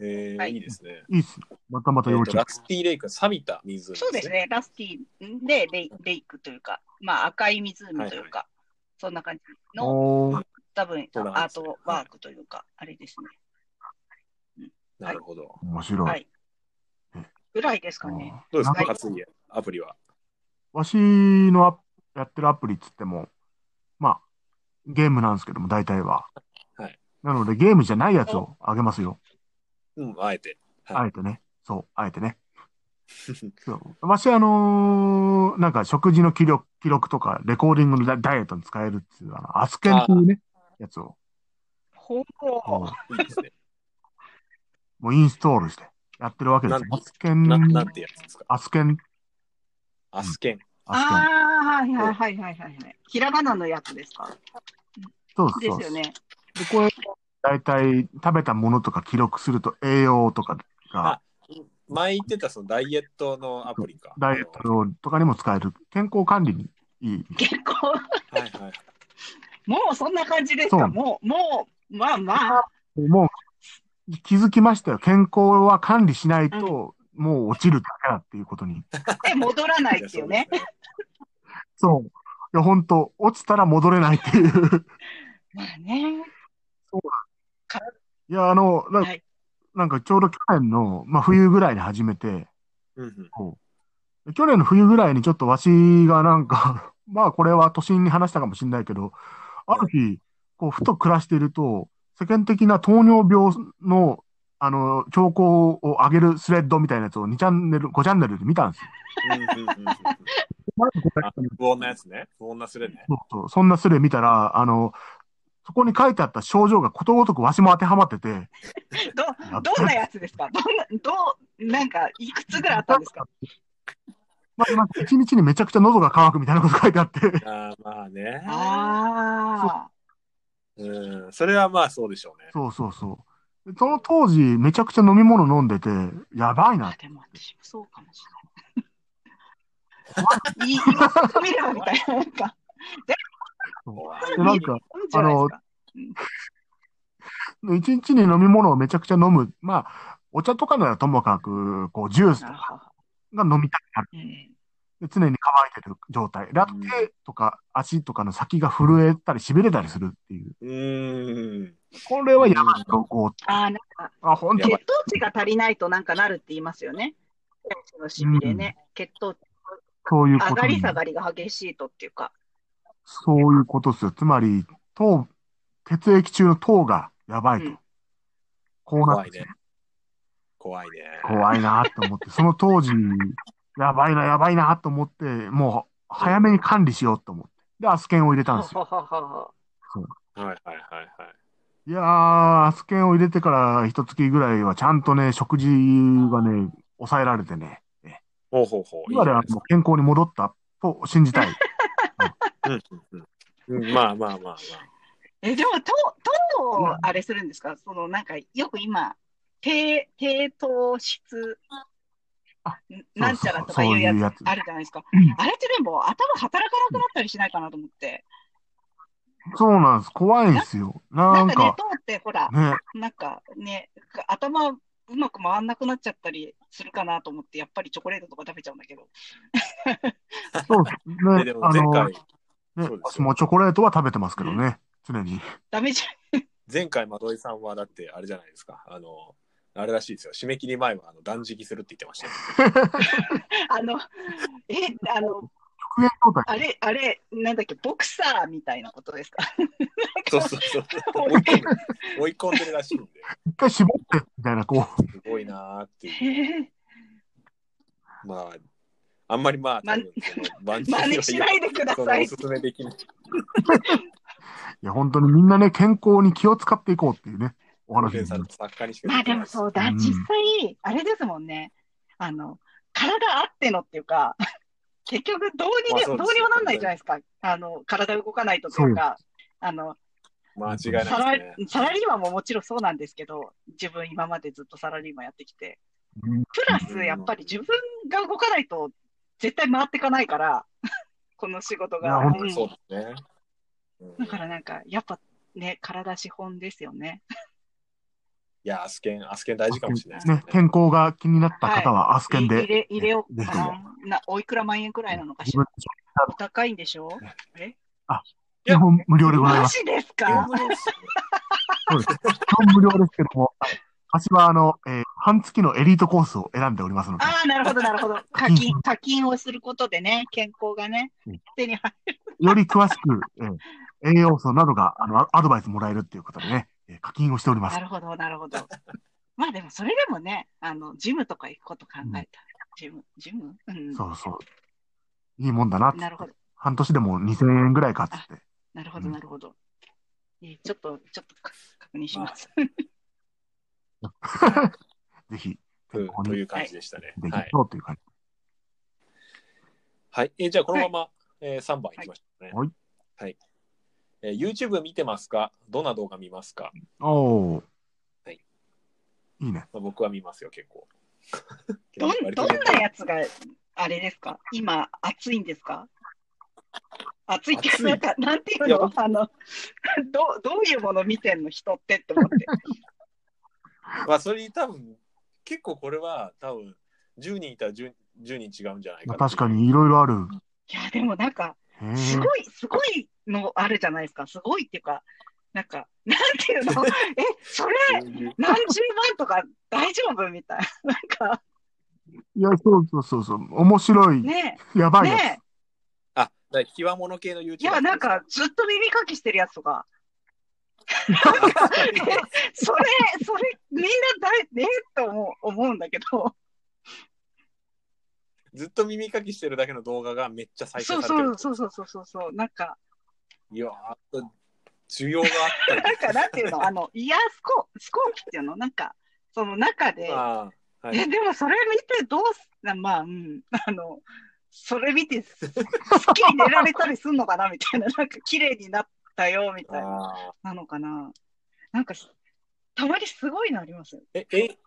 D: えー、
F: はいい
D: いですね。
E: いいっす。またまた
D: え
E: 要
D: ーと
E: 注
D: ラスティレイク、錆びた湖、
F: そうです。ね、ラスティでレイレイクというか、まあ、赤い湖というか、そんな感じ
E: 意。
F: の
E: おー
F: 多分
D: そうなん
F: ア
D: です
F: ー
D: ね
F: トワークというか、あれですね。
D: なるほど。
E: 面白い。
F: はい。ぐらいですかね。
E: あー
D: どうです
E: なん
D: か、
E: か
D: 勝家、アプリは。
E: わしのアやってるアプリっつっても、ゲームなんですけども、大体は。
D: はい
E: なので、ゲームじゃないやつをあげますよ。
D: うん、あえて。はい
E: あえてね。そう、あえてね。 そうわし、あのーなんか食事の記録記録とか、レコーディングのダダイエットに使えるっていう、あの、アスケンっていうね、やつを、
F: ほ
E: も
F: ぼ、
D: いいですね。
E: うもうインストールしてやってるわけですよ。
D: なん
E: アスケン、
D: な、なんてやつですか
E: アスケン、
D: アスケン。
E: アスケン。
F: ああ、はいはいはいはいはい。ひらがなのやつですか
E: そう
F: で
E: そう
F: すよね。
E: で、これ、大体食べたものとか記録すると栄養とかが、
D: 前言ってたそのダイエットのアプリか。
E: ダイエットとかにも使える、健康管理にいい。
F: 結構、
D: はいはい。
F: もうそんな感じです
E: そ
F: か
E: う
F: もう、もう、まあまあ、
E: もう、気づきましたよ。健康は管理しないと、もう落ちるだけだっていうことに。
F: で戻らないですよね。
D: いや。そう
E: そう。いや、本当落ちたら戻れないって いう。
F: まあね。
E: いや、あの、な
F: はい
E: なんかちょうど去年の、まあ、冬ぐらいに始めて、
B: Mm-hmm.
D: ですね
E: 去年の冬ぐらいにちょっとわしがなんか、 まあこれは都心に話したかもしれないけど、ある日、こう、ふと暮らしていると、世間的な糖尿病の、あの、兆候を上げるスレッドみたいなやつを2チャンネル、5チャンネルで見たんですよ。
D: うんうんうんうんうんうんあ不穏なやつね。不穏なスレね。
E: そうそうそんなスレ見たら、あの、そこに書いてあった症状がことごとくわしも当てはまってて、
F: ど、どんなやつですかどんな、どう、なんか、いくつぐ らいあったんですか
E: まあ、なんか一日にめちゃくちゃ喉が渇くみたいなこと書いてあって、
D: あーまあね。
F: あ
D: うん。それはまあそうでしょうね。
E: そうそうそう。でその当時、めちゃくちゃ飲み物飲んでて、やばい
F: あ。
E: な
F: あ、。でも私もそうかもしれない。いい、言わせてみればみたいな。なんか、
D: 怖い
E: で、なんか、
F: いいんじゃないですか
E: 一日に飲み物をめちゃくちゃ飲む。まあ、お茶とかならともかく、こう、ジュースとか
F: あ
E: が飲みたくなる。
F: ーうん
E: で常に乾いてる状態。であと
D: うん
E: 手とか足とかの先が震えたり痺れたりするっていう。
D: うーん。
E: これはやばいと、こう、
F: あー、なんか、
E: あ、本当
F: 血糖値が足りないとなんかなるって言いますよね。のしびれね、血糖値
E: そういう
F: 上
E: こと
F: がり
E: に
F: 下がりが激しいとっていうか、
E: そういうことですよ。つまり、糖、血液中の糖がやばいと。
F: うん
E: こうなっ
D: 怖
E: て
D: い
E: きて
D: ね。怖いね。
E: 怖いなと思って、その当時、やばいな、やばいなと思って、もう早めに管理しようと思って。で、アスケンを入れたんですよ。
F: ほほほほ
D: はいはいはいはい。
E: いやー、アスケンを入れてから一月ぐらいはちゃんとね、食事がね、抑えられてね、
D: ほうほうほう。いい
E: 今
D: じ
E: で
D: ゃな
E: はい
D: です
E: もう
D: か
E: 健康に戻ったと信じたい。
D: うんうんうんまあまあまあまあ。
F: えでも糖糖
E: うん
F: をあれするんですか、そのなんかよく今低低糖質
E: あ
F: んなんちゃらとか
E: そう
F: い
E: そう
F: う
E: そ
F: やつ
E: ういうやつ
F: あるじゃないですか、
E: ん
F: あれってでも頭働かなくなったりしないかなと思って、
E: そうなんです。怖いんですよ。な
F: なん
E: ん
F: かね
E: か、
F: 糖ってほら、
E: ね、
F: なんかね頭うまく回んなくなっちゃったりするかなと思ってやっぱりチョコレートとか食べちゃうんだけど
E: そうです
D: で
E: ね
D: で。も
E: あ
D: 前
E: の、
D: 回
E: ね、、
D: そうです
E: 私
D: よ
E: もチョコレートは食べてますけどね、常に。
F: ダメじゃん
D: 前回、まどいさんはだってあれじゃないですか。あの、あれらしいですよ。締め切り前はあの断食するって言ってました よ。
F: あのえあの
E: 復元状態。
F: あれあれなんだっけボクサーみたいなことですか
D: そうそうそう。追い込んで追い込んでるらしいんで。
E: 一回絞って、みたいな、こう。
D: すごいなーっていう。
F: 真
D: まあ、あんまりまあ、多分その万人に
F: 似
D: は
F: しないでくだ
D: そ
F: さ
D: のお
F: い
D: す。すめできない。
E: いや、本当にみんなね、健康に気を使っていこうっていうね、お
D: 保
E: 話で
D: 健
E: す
D: さんの作家にしか
F: まあでもそうだ、
E: うん
F: 実際、あれですもんね。あの、体あってのっていうか、結局どうに
D: まあ
F: で
D: そう
F: も、
D: で
F: ど
D: す
F: うにもなんないじゃないですか。あの、体動かないとというか、あの、
D: 間違いないで
F: サラ
D: すね。
F: サラリーマンももちろんそうなんですけど、自分今までずっとサラリーマンやってきて、
E: うん
F: プラスやっぱり自分が動かないと絶対回ってかないから、 この仕事
E: いや
F: が。
E: 本当
F: うん
D: そうですね。うん
F: だからなんか、やっぱね、体資本ですよね。
D: いや、アスケン、アスケン大事かもしれないです
E: ね
D: ね。、
E: 健康が気になった方は、アスケン
F: い入
E: で。
F: れ入れようか
E: ぜひとも
F: な。なおいくら万円くらいなのか
E: 自
F: しら
E: 分。
F: お高いんでしょえ
E: 基本無料でござい
F: マ
E: ます。
F: ジです
D: 健
F: か
D: 康ですね
E: そうです。基本無料ですけども、私は、あの、えー半月のエリートコースを選んでおりますので、
F: ああ、なるほど、なる ほど。課金、課金をすることでね、健康がね
E: うん、
F: 手に入
E: より詳しく、えー栄養素などが、あの、アドバイスもらえるっていうことでね、えー課金をしております
F: な。るほど、なるほど。まあでも、それでもね、あの、ジムとか行くこと考えたら、ジム、ジムうん。
E: そうそう。いいもんだなっつって
F: なるほど、
E: 半年でも2000円ぐらいかっつって。
F: なるほど、
E: うん
F: なるほど。えーちょっと、ちょっとか確認します。
E: ぜひ、
D: うんという感じでしたね。
E: でき
D: はい。
E: そうという感じ。
D: はい。えーじゃあ、このまま、えー3番いきましょうね。
E: はい。
D: はい。えー YouTube 見てますかどんな動画見ますか、
E: おー
D: はい。
E: いいね。
D: まあ、僕は見ますよ、結構。
F: どん、
D: 割
F: ど
D: と
F: んなやつが、あれですか今、暑いんですか暑いっていうか、なんか、なんていう
D: いや
F: のあの、 どう、どういうもの見てんの人ってって思って。
D: まあ、それに多分、結構これは多分、10人いたら 10, 10人違うんじゃない
E: ま
D: か
E: あ
D: な。
E: 確か。にいろいろある。
F: いや、でもなんか、
E: へえ。
F: すごい、すごいのあるじゃないですか。すごいっていうか、なんか、なんていうのえ、それ、何十万とか大丈夫みたいな。なんか、
E: いや、そうそうそうそう。面白い。
F: ね
E: やばいやつ。
F: ね
D: あ、だから、きわもの系の YouTube。
F: いや、なんか、、ずっと耳かきしてるやつと か。それ、それ、みんな誰、ねえと思う思うんだけど、
D: ずっと耳かきしてるだけの動画がめっちゃ再
F: そ
D: 生
F: う
D: されて
F: そ
D: る
F: う。そうそうそうそうそう、なんか、
D: いや、あと、需要があった
F: なん
D: り。
F: か、なんていうの、あの、イヤースコー、スコープっていうの、なんか、その中 で、
D: ああ、はい
F: え、。でもそれ見てどうす、なまあ、うん、あの、それ見て、すすっきり寝られたりすんのかなみたいな、なんか綺麗になったよ、みたいな、
D: ああ
F: なのかな。なんか、たまにすごいのありますよ。
D: え、 え、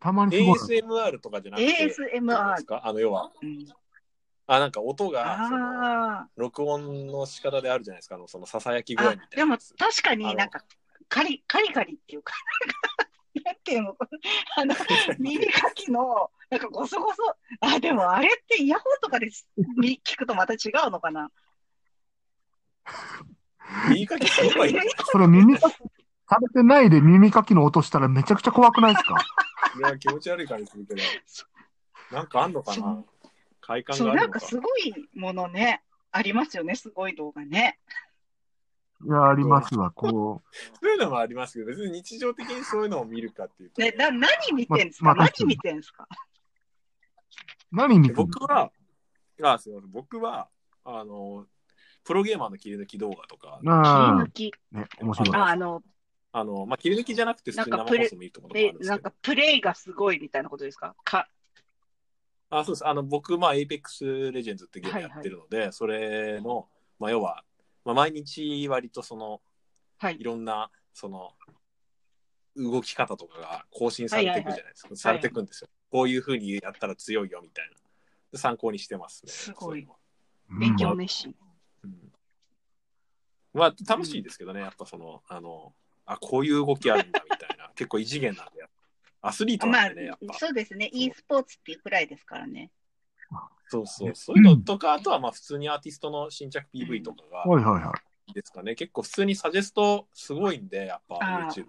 E: たまにすごい。
D: ASMR とかじゃなくて、
F: ASMR
D: です。かあの、要は、
F: うん、
D: あ、なんか音が、その
F: あ
D: 録音の仕方であるじゃないですか、あの、そのささやき
F: あ
D: 声
F: あ
D: みたいな。、
F: でも確か
D: あの
F: になんか、カリ、カリカリっていうか、なんかなんていうの、 あの、耳かきの、なんかゴソゴソ、あ、でもあれってイヤホンとかでみ聞くとまた違うのかな。
D: 耳かきすればいいのに。
E: それ耳かき、されてないで耳かきの音したらめちゃくちゃ怖くないで すか
D: いや、気持ち悪い感じするけど。なんかあんのかな快感
F: そ
D: が
F: う、
D: あ
F: な
D: る
F: ん
D: のか
F: か。すごいものね、ありますよね、すごい動画ね。
E: いや、ありますわ。こ
D: そういうのもありますけど、別に日常的にそういうのを見るかっていうと。
F: ね、な何見てんですか、
E: ままあ確か
F: 何
E: に
F: 見てんですか
E: う、何見てる
D: 僕は、あ、すいません。僕は、あの、プロゲーマーの切り抜き動画とか、
E: なあ、
F: 切り抜き。
E: ね、面白い。
F: ああの、
D: あの、まあ、切り抜きじゃなくて普通に
F: なんか
D: 生放送見るところもあ
F: え
D: るんです
F: な
D: け
F: ん
D: ど
F: か。プレイがすごいみたいなことですかか
D: あ、そうです。あの、僕、まあ、Apex Legends ってゲームやってるので、それの、まあ、要は、まあ、毎日割とその、
F: はい
D: い。ろんな、その、動き方とかが更新されていくじゃないですか。されていくんですよ。こういうふうにやったら強いよみたいな。で参考にしてますね。
F: すごい
D: そううのは
E: うん
F: 勉強熱心。
D: うんまあ、楽しいですけどね、やっぱその、あの、あ、こういう動きあるんだみたいな。結構異次元なんで、やっぱアスリート
F: ま
D: な
F: あ
D: んでね、やっぱ。
F: そうですね、e スポーツっていうくらいですからね。
D: そうそう。そういうのとか、あとはまあ普通にアーティストの新着 PV とか
E: は
D: が
E: いはいはい。
D: ですかね。結構普通にサジェストすごいんで、やっぱ
F: あー
D: YouTube。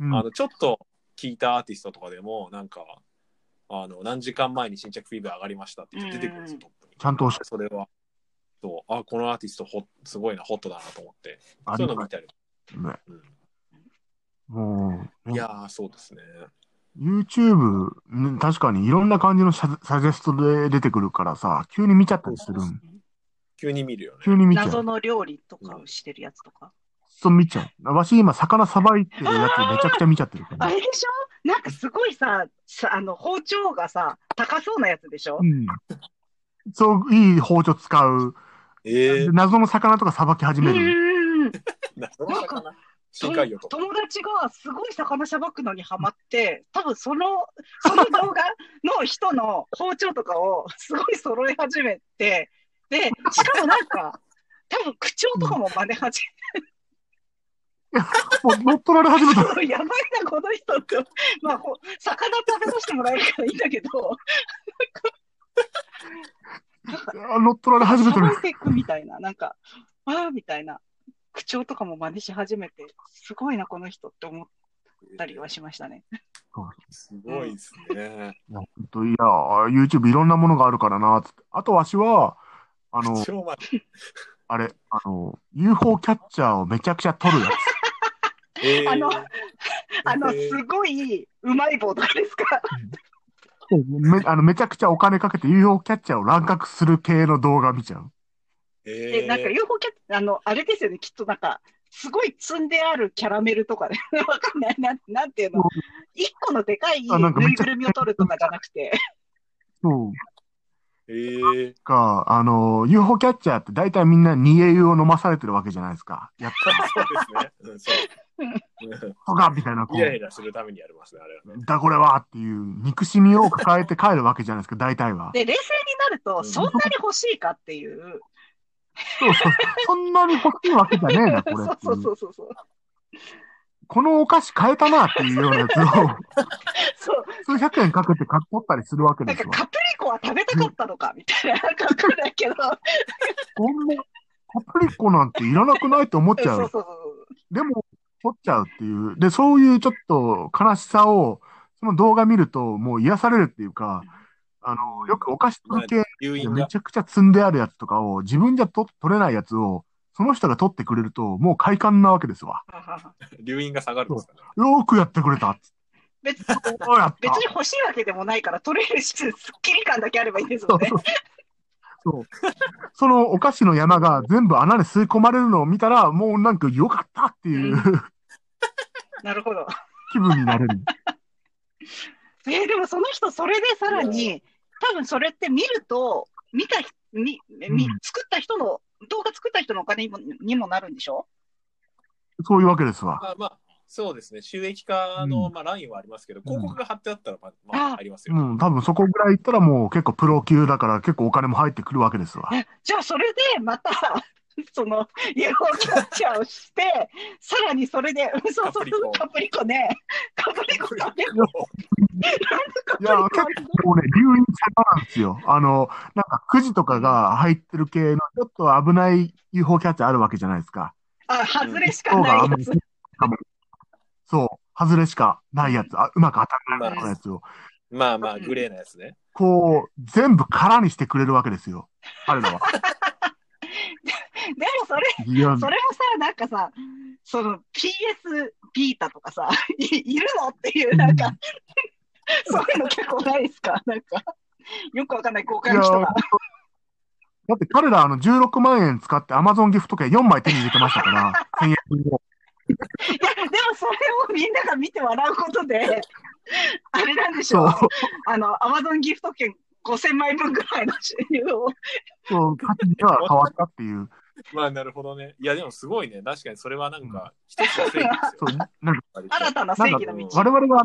E: うん
D: あの、ちょっと聞いたアーティストとかでも、なんか、あの、何時間前に新着フィーバー上がりましたって人出てくるんですよ、
F: うん
D: トップに。
E: ちゃんとし
D: それは。そう、あ、このアーティストほ、すごいな、ホットだなと思って。
E: あ
D: そう
E: り
D: いうの
E: が
D: 見たり。
E: たいね。
D: う、
E: もうん
D: い
E: ね、
D: やー、そうですね。
E: YouTube、ね確かにいろんな感じのササジェストで出てくるからさ、急に見ちゃったりするん。
D: 急に見るよね。
E: 急に見ちゃ
F: 謎
E: う。
F: の料理とかをしてるやつとか。
E: そう見ちゃう。わし今、魚さばいてるやつめちゃくちゃ見ちゃってるか
F: あ
E: ら。
F: れでしょなんかすごいさ、さあの包丁がさ、高そうなやつでしょ
E: うん。そう、いい包丁使う。
D: え
E: で
D: ー、
E: 謎の魚とかさばき始
F: う
E: める。
F: ーん。
D: なその
F: なん
D: 魚深海魚とか。
F: 友達がすごい魚さばくのにハマって、多分その、 その動画の人の包丁とかをすごい揃え始めて、で、しかもなんか、多分口調とかも真似始
E: もう乗っ取られ始めた。
F: めて、やばいな、この人って。まあ、こう魚食べさせてもらえるからいいんだけど、
E: あ乗っ取られ始めて
F: さば
E: る
F: い。ていくみたいな、なんか、わあみたいな、口調とかも真似し始めて、すごいな、この人って思ったりはしましたね。
D: すごいですね。
E: いや、ほんといや、YouTube いろんなものがあるからな、つって。あとわしは、あの、
D: 超まで。
E: あれ、あの、UFO キャッチャーをめちゃくちゃ取るやつ。
D: えー
F: あのあの、
D: え
F: す
D: ー
F: ごいうまい棒とかですか
E: めあのめちゃくちゃお金かけて UFO キャッチャーを乱獲する系の動画見ちゃう。
D: え
F: え、なんか UFO キャッチ、あの、あれですよね、きっとなんか、すごい積んであるキャラメルとかね、わかんない、なんなんていうの、一個のでかい
E: あなんかめ
F: ぬ
E: っ
F: い
E: ちゃ
F: ぐるみを取るとかじゃなくて、
E: そう。
D: えー
E: か、あの、UFO キャッチャーって大体みんな 2AU を飲まされてるわけじゃないですか。やっぱり、
D: そうですね。うん、そう。
E: とかみたいな、こ
D: イライ
E: う、
D: ラするためにやりますね、あれはね。
E: だこれはっていう憎しみを抱えて帰るわけじゃないですか、大体は。
F: で、冷静になる
D: う
F: と、
D: ん
F: そんなに欲しいかっていう、
E: そうそうそんなに欲しいわけじゃねえな、これ
F: そ
E: って
F: う
E: い。
F: そうそううそうそう、
E: このお菓子買えたなっていうようなやつを、
F: そう、
E: 数百円かけて買っ取ったりするわけで
F: なん
E: す
F: か
E: よ。
F: カプリコは食べたかったのかみたいな、なんかわかんない けど、
E: こんな、パプリコなんていらなくないって思っちゃ
F: そうう。そうそう。
E: でも、取っちゃうっていう。で、そういうちょっと悲しさを、その動画見ると、もう癒されるっていうか、あの、よくお菓子取る系
D: 誘
E: で
D: 引
E: め
D: が。
E: ちゃくちゃ積んであるやつとかを、自分じゃと取れないやつを、その人が取ってくれると、もう快感なわけですわ。
F: ははは
D: 留飲が下がるんですかね。
E: よーくやってくれた。
F: 別に
E: そうやった。
F: 別に欲しいわけでもないから、取れるし、すっきり感だけあればいいんです
E: そ
F: も
E: うん
F: ね
E: そ。う そう。そのお菓子の山が全部穴に吸い込まれるのを見たら、もうなんか良かったっていう
F: なるほど。
E: 気分になれる。
F: えーでもその人、それでさらに、多分それって見ると、見た人、みみ
E: うん
F: 作った人の、動画作った人のお金にもにもなるんでしょ
E: そういうわけですわ。
D: まあまあ、そうですね。収益化の、
E: うん
D: まあ、ラインはありますけど、広告が貼ってあったら、まあ、まあ、ありますよ。
E: うん、多分そこぐらい行ったらもう結構プロ級だから結構お金も入ってくるわけですわ。
F: えじゃあそれでまた、 その、UFO キャッチャーをして、さらにそれで、うんそう
D: カ
F: そ
D: プ
F: う
D: リコ、
F: カプリコね、カプリコ食べる。
E: いや、結構ね、留飲されなんですよ。あの、なんかくじとかが入ってる系のちょっと危ない UFO キャッチャーあるわけじゃないですか。
F: あ、外れしか
E: そう
F: ない
E: があん
F: や
E: まり
F: つ。
E: そう、外れしかないやつ、あうまく当たらないようなやつを、
D: まあまあ、グレーなやつね。
E: こう、全部空にしてくれるわけですよ。彼らは。
F: でもそれ、
E: いや、
F: それもさ、なんかさ、その PS ビータとかさ、 いいるのっていう、なんか、 そういうの結構ないですかなんか、よくわかんない公開の人
E: いや
F: が。
E: だって彼らあの16万円使って Amazon ギフト券4枚手に入れてましたから、1000円分を
F: いや、でもそれをみんなが見て笑うことで、 あれなんでし
E: そ
F: ょ
E: う
F: う、あの、アマゾンギフト券5000枚分ぐらいの収入を。
E: そう、価値が変わったっていう。
D: まあ、なるほどね。いや、でもすごいね。確かにそれはなんか、一つの正義です
E: そ
D: よ
E: う、なんか
D: 割と。
F: 新たな正義の道。
E: 我々が、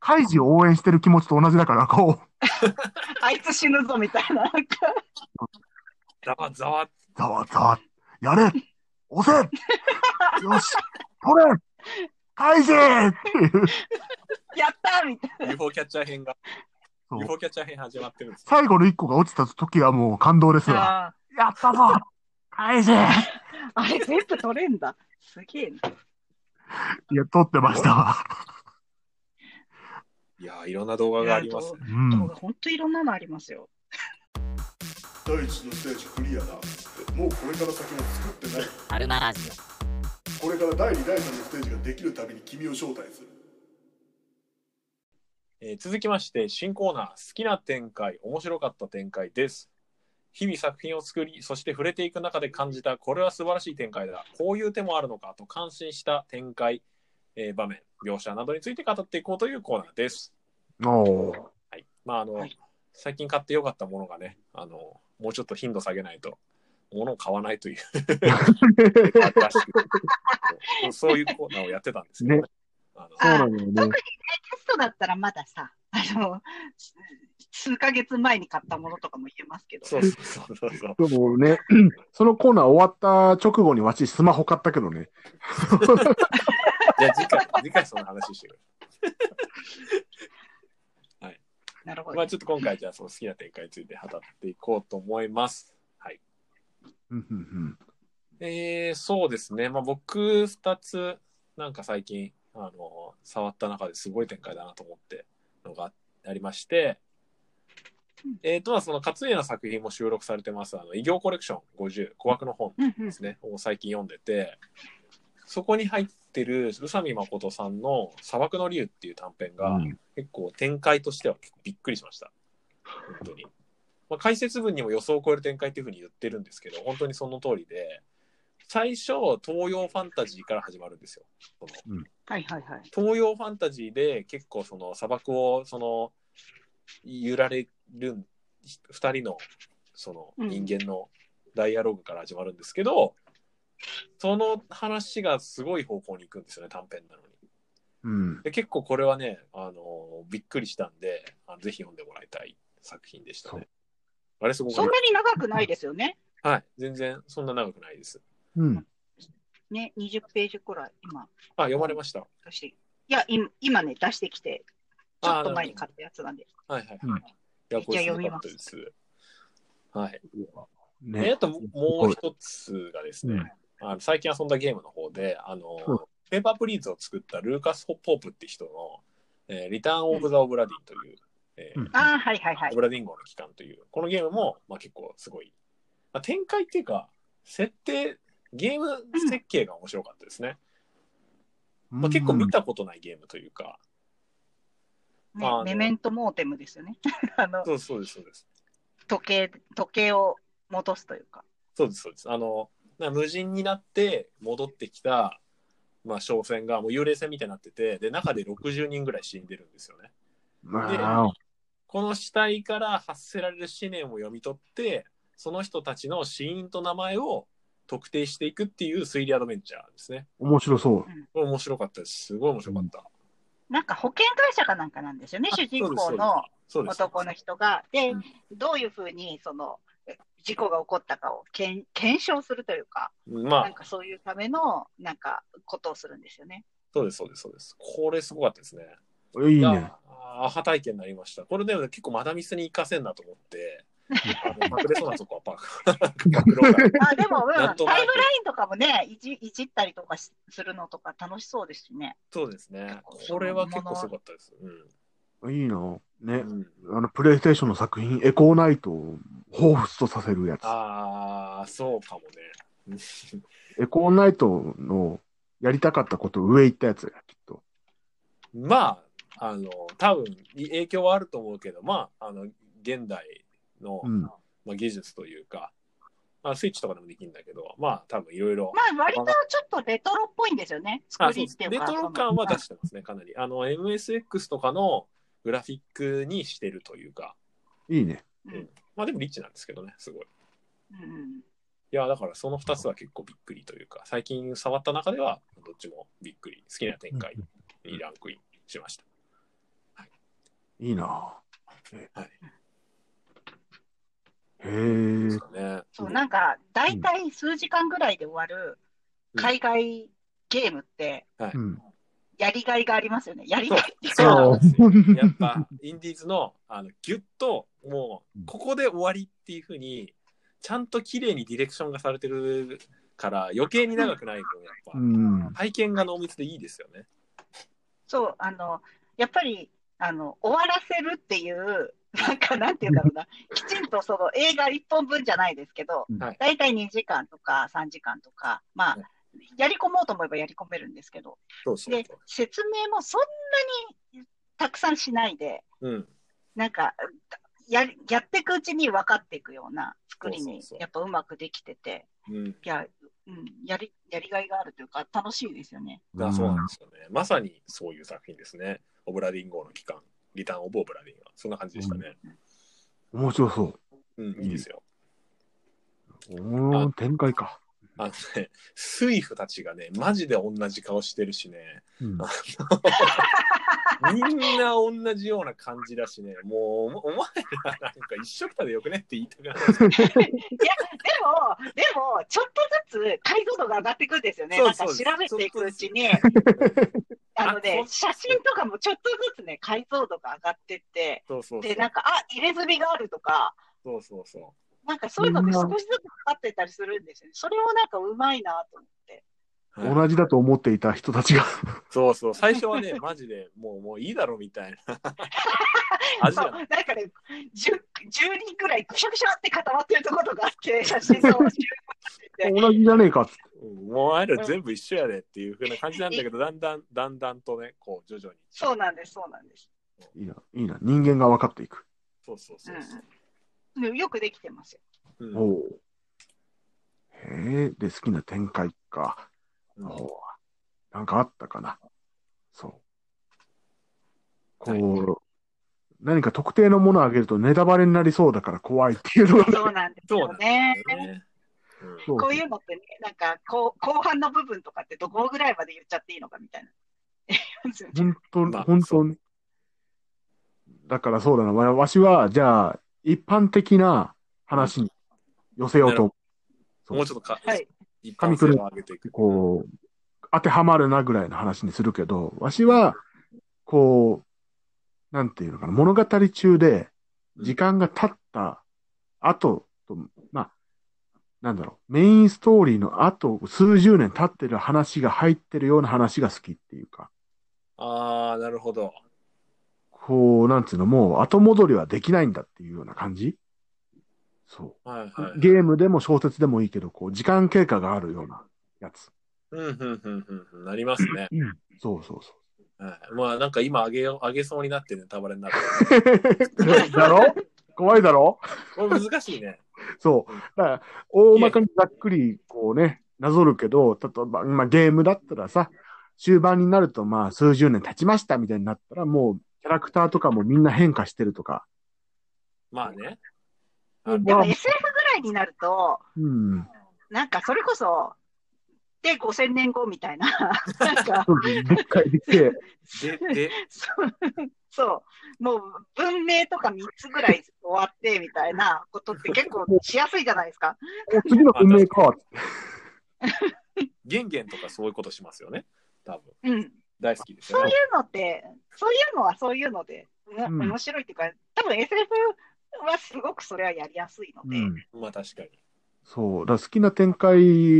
E: カイジを応援してる気持ちと同じだから、こう、
F: あいつ死ぬぞみたいな。なん か
D: ざわざわ。
E: ざわざわ、やれ押せ よし取れカイジっていう、
F: やったーみたい
D: UFO キャッチャー編が
E: そ、う
D: UFO キャッチャー編始まってるんですね。
E: 最後の一個が落ちた時はもう感動ですわ。
F: な。
E: やったぞカイジい
F: あれ全部取れんだ。すげえな。
E: や、取ってましたわ。
D: いや、いろんな動画がありますね。
E: うん。
F: 本当いろんなのありますよ。
G: 第一のステージクリアだっつってもうこれから先の作ってない
C: アルマラジ
G: これから第2第3のステージができるために君を招待する
D: えー続きまして新コーナー好きな展開面白かった展開です日々作品を作りそして触れていく中で感じたこれは素晴らしい展開だこういう手もあるのかと感心した展開、えー場面描写などについて語っていこうというコーナーです
E: おー
D: はいまああの、
F: はい
D: 最近買ってよかったものがねあのもうちょっと頻度下げないと物を買わないと いう新しくそういうコーナーをやってたんですけどね
E: ね
D: あの
E: そうなんだよね。
F: テストだったらまださ、あの、す数ヶ月前に買ったものとかも言えますけど。
D: そうそうそうそう
E: でもね、 そのコーナー終わった直後にわしスマホ買ったけどね。
D: じゃあ次回、次回その話してく
F: なるほ
D: れ。
F: ど。
D: まあちょっと今回じゃあその好きな展開について語っていこうと思います。はい。
E: うんうんうん
D: えー、そうですね。まあ僕2つ、なんか最近、あの、触った中ですごい展開だなと思ってのがありまして、えっ、と、まあその勝家の作品も収録されてます。あの、異業コレクション50、小枠の本
F: うんう
D: で
F: ん
D: すね、を最近読んでて、そこに入ってる宇佐美誠さんの砂漠の竜っていう短編が、
E: うん
D: 結構展開としては結構びっくりしました。本当に。まあ、解説文にも予想を超える展開っていうふうに言ってるんですけど、本当にその通りで、最初、東洋ファンタジーから始まるんですよ。その
F: はいはいはい。
D: 東洋ファンタジーで結構その砂漠をその揺られる2人のその
F: うん
D: 人間のダイアログから始まるんですけど、その話がすごい方向に行くんですよね短編なのに
E: うん。
D: で結構これはねあのびっくりしたんであぜひ読んでもらいたい作品でしたねあれすごく
F: そんなに長くないですよね。
D: はい全然そんな長くないです
E: うん。
F: ね、20ページくらい、今、
D: あ読まれました
F: 私。いや、今今ね、出してきて、ちょっと前に買ったやつなんで。
D: はいはいはい、
E: うん
D: いやこれ
F: じ
D: す
F: ゃあ読
D: ご
F: み
D: かっ
F: ま
D: た
F: す
D: ですはい
E: ね
D: であとももう一つがですね、あの最近遊んだゲームの方で、あの、
E: うん
D: ペーパープリーズを作ったルーカス・ホポープって人の、えーリターン・オブ・ザ・オブ・ラディという、えー
E: うん
F: ああ、はいはいは
D: オ
F: い
D: ブ。ラディン号の帰還という、このゲームも、まあ、結構すごい、まあ、展開っていうか、設定、ゲーム設計が面白かったですね。まあ、結構見たことないゲームというか、
F: ね
D: あの、
F: メメントモーテムですよね。 あの、
D: そうそうです、そうです。
F: 時計、時計を戻すというか。
D: そうです、そうです。あの、な無人になって戻ってきた、まあ、商船がもう幽霊船みたいになってて、で、中で60人ぐらい死んでるんですよね。で
E: まあ
D: この死体から発せられる思念を読み取って、その人たちの死因と名前を特定していくっていう推理アドベンチャーですね。
E: 面白そう。
D: これ面白かったです。すごい面白かった。
F: なんか保険会社かなんかなんですよね、主人公の
D: そうです。
F: 男の人が。で
D: うん、
F: どういうふうに、その、事故が起こったかをけん検証するというか、
D: ま
F: なん
D: あ、
F: かそういうための、なんか、ことをするんですよ ね。
D: そうです、そうです、そうです。これすごかったですね。
E: いい
D: い
E: ね。
D: やアハ体験になりました。これでも結構マダミスに行かせんなと思 って、あの隠れそうなとこはパーク。隠ろうかな
F: あでも、うんタ
D: なん
F: イム
D: となく
F: ラインとかもねいじ、いじったりとかしするのとか楽しそうですしね。
D: そうですね。これは結構すごかったです。
E: いいな。
D: う
E: ね。
D: ん。うん
E: あの、プレイステーションの作品、エコーナイトを彷彿とさせるやつ。
D: ああ、そうかもね。
E: エコーナイトのやりたかったこと上行ったやつや、きっと。
D: まあ、あの、多分影響はあると思うけど、まあ、あの、現代の、
E: うん
D: まあ、技術というか、まあ、スイッチとかでもできるんだけ割とまあ、多分いろいろ。
F: まあ、割とちょっとレトロっぽいんですよね、
D: あ
F: 作
D: そう
F: り
D: で
F: っ
D: す
F: てい
D: レ
F: うか。
D: トロ感は
F: その
D: 出してますね、かなり。あの、MSX とかのグラフィックにしてるというか、
E: いいね。
D: まあでもリッチなんですけどね、すごい。
F: うんう
D: い
F: ん
D: や、だからその2つは結構びっくりというか、最近触った中では、どっちもびっくり、好きな展開にランクインしました。
E: いいな。
D: はい。
E: へ
D: そうで
E: え
D: す。かね。
F: そうなんか、大体数時間ぐらいで終わる
D: うん
F: 海外ゲームって、
E: うん。
F: やりがいがありますよね。やりがいっていう
D: そうなん
F: か、
D: ですよ
E: そう
D: やっぱ、インディーズの、あの、ぎゅっと、もう、ここで終わりっていうふうに、ちゃんと綺麗にディレクションがされてるから、余計に長くない分、やっぱ
E: う、ん。
D: 体験が濃密でいいですよね。
F: そう、あの、やっぱり、あの、終わらせるっていう、 なんか、なんていうんだろう な、きちんとその映画1本分じゃないですけど
D: はい、
F: 大体2時間とか3時間とか、まあ
D: はい、
F: やり込もうと思えばやり込めるんですけど、
D: そうそう
F: で
D: そう。、
F: 説明もそんなにたくさんしないで、
D: うん。
F: なんか、やりやっていくうちに分かっていくような作り
D: そう
F: に
D: そうそう、
F: やっぱうまくできてて、
D: うん。
F: いや、うん、やり、やりがいがあるというか、楽しいですよね。
D: だそうなんですよね。まさにそういう作品ですね。オブラディン号の期間、リターン・オブ・オブラディンは、そんな感じでしたね。
E: 面白そう
D: うん、いいですよ。
E: おー。展開か。
D: あのね、スイフたちがね、マジで同じ顔してるしね、
E: うん
D: みんな同じような感じだしね、もう、おお前らなんか一緒くたでよくねって言いたくなる。
F: いや、でも、でも、ちょっとずつ解像度が上がっていくんですよね。
D: そう
F: なん
D: そ
F: か
D: う
F: 調べていくうちに、あの
D: あそ
F: ね
D: う、
F: 写真とかもちょっとずつね、解像度が上がってって、
D: そうそうそう
F: で、。なんか、あ、入れ墨があるとか、
D: そうそうそ
F: なんかそういうので少しずつ分かってたりするんですよね。それをなんかうまいなと思って。
D: う。はい
E: 同じだと思っていた人たちが。
D: そうそう。最初は ね、マジでもう、もういいだろみたいな。アジ
F: そう、
D: ア
F: なんかね、10人ぐらいぐしゃぐしゃって固まってるとことがあって、写真を
E: 同じじゃねえかっつって。
D: うんもうあれら全部一緒やでっていうふうな感じなんだけど、だんだん、だんだんとね、こう、徐々に。
F: そうなんです、そうなんです。
E: いいな、いいな。人間が分かっていく。
D: そうそうそうそう。
F: うん、でもよくできてますよ。
D: うん
E: おうへえ、で、好きな展開か。
D: うん
E: おうなんかあったかな。そう。こう、何か特定のものをあげるとネタバレになりそうだから怖いっていう のが。
F: そうなんです
D: そうな
F: よ
D: んだ
F: ね。
D: よね。うん
E: そう
F: こういうのってね、なんかこう後半の部分とかってどこぐらいまで言っちゃっていいのかみたいな。
E: 本当、
D: まあ
E: 本当に。だからそうだな。わわしは、じゃあ、一般的な話に寄せようと思う
D: もうちょっとか、
F: はい
D: 一般性を上げていく。
E: こう、当てはまるなぐらいの話にするけど、わしは、こう、なんていうのかな、物語中で、時間が経った後と、まあ、なんだろう、メインストーリーの後、数十年経ってる話が入ってるような話が好きっていうか、
D: ああ、なるほど。
E: こう、なんつうの、もう後戻りはできないんだっていうような感じそ
D: はいはいうはい。。
E: ゲームでも小説でもいいけど、こう、時間経過があるようなやつ。
D: うん、うん、うん、うんうん。なりますね。
E: そうそうそう。
D: はいまあ、なんか今、上げよう、上げそうになってね、たまれになる。
E: だろ怖いだろ
D: これ難しいね。
E: そう。だから、大まかにざっくり、こうね、なぞるけど、例えば、まあ、ゲームだったらさ、終盤になると、まあ、数十年経ちましたみたいになったら、もう、キャラクターとかもみんな変化してるとか。
D: まあね。
F: でも
E: まあ
F: SF ぐらいになると、
E: うん。
F: なんかそれこそ、で、5000年後み たいな、なんか、
E: そうですでっかいでっけえ。
D: で、で、
F: そうそう、もう文明とか3つぐらい終わってみたいなことって結構しやすいじゃないですか。
E: お次の運命か。
D: ゲンゲンとかそういうことしますよね。多分。
F: うん。
D: 大好きです
F: そ
D: よ
F: うい
D: ね。
F: うのって、そういうのはそういうので、お
E: うん
F: 面白いっていうか、多分 SF はすごくそれはやりやすいの
E: う
F: で、
E: ん。
D: まあ確かに。
E: そう。だから好きな展開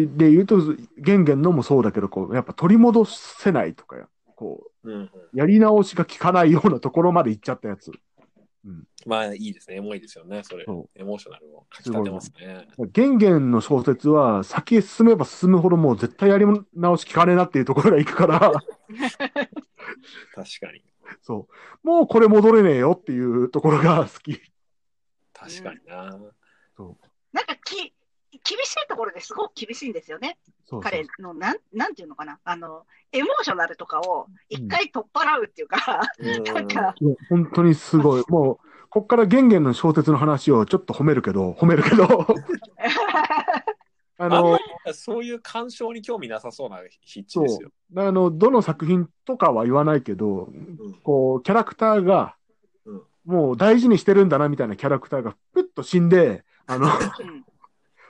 E: で言うと、ゲンゲンのもそうだけど、こう、やっぱ取り戻せないとかや、こ
D: うんうん。
E: う、やり直しが効かないようなところまで行っちゃったやつ。
D: まあいいですね。エモいですよね。それ。
E: そ
D: エモーショナルを書き立てますね。
E: ゲンゲンの小説は先へ進めば進むほどもう絶対やり直し聞かねえなっていうところがいくから、
D: 確かに。
E: そう。もうこれ戻れねえよっていうところが好き。
D: 確かにな。
F: なんかき厳しいところですごく厳しいんですよね、
E: そうそう
F: 彼のなんなんていうのかなあの、エモーショナルとかを一回取っ払うっていうか、
D: うん
F: なんか、
E: いや本当にすごい。もう、こっからゲンゲンの小説の話をちょっと褒めるけど、褒めるけど、 あ
D: あんま
E: の、
D: りそういう鑑賞に興味なさそうな筆致ですよ。
E: あの、どの作品とかは言わないけ
D: う
E: ど、
D: ん
E: こう、キャラクターが
D: うん、
E: もう大事にしてるんだなみたいなキャラクターがプッと死んで、あの、
F: うん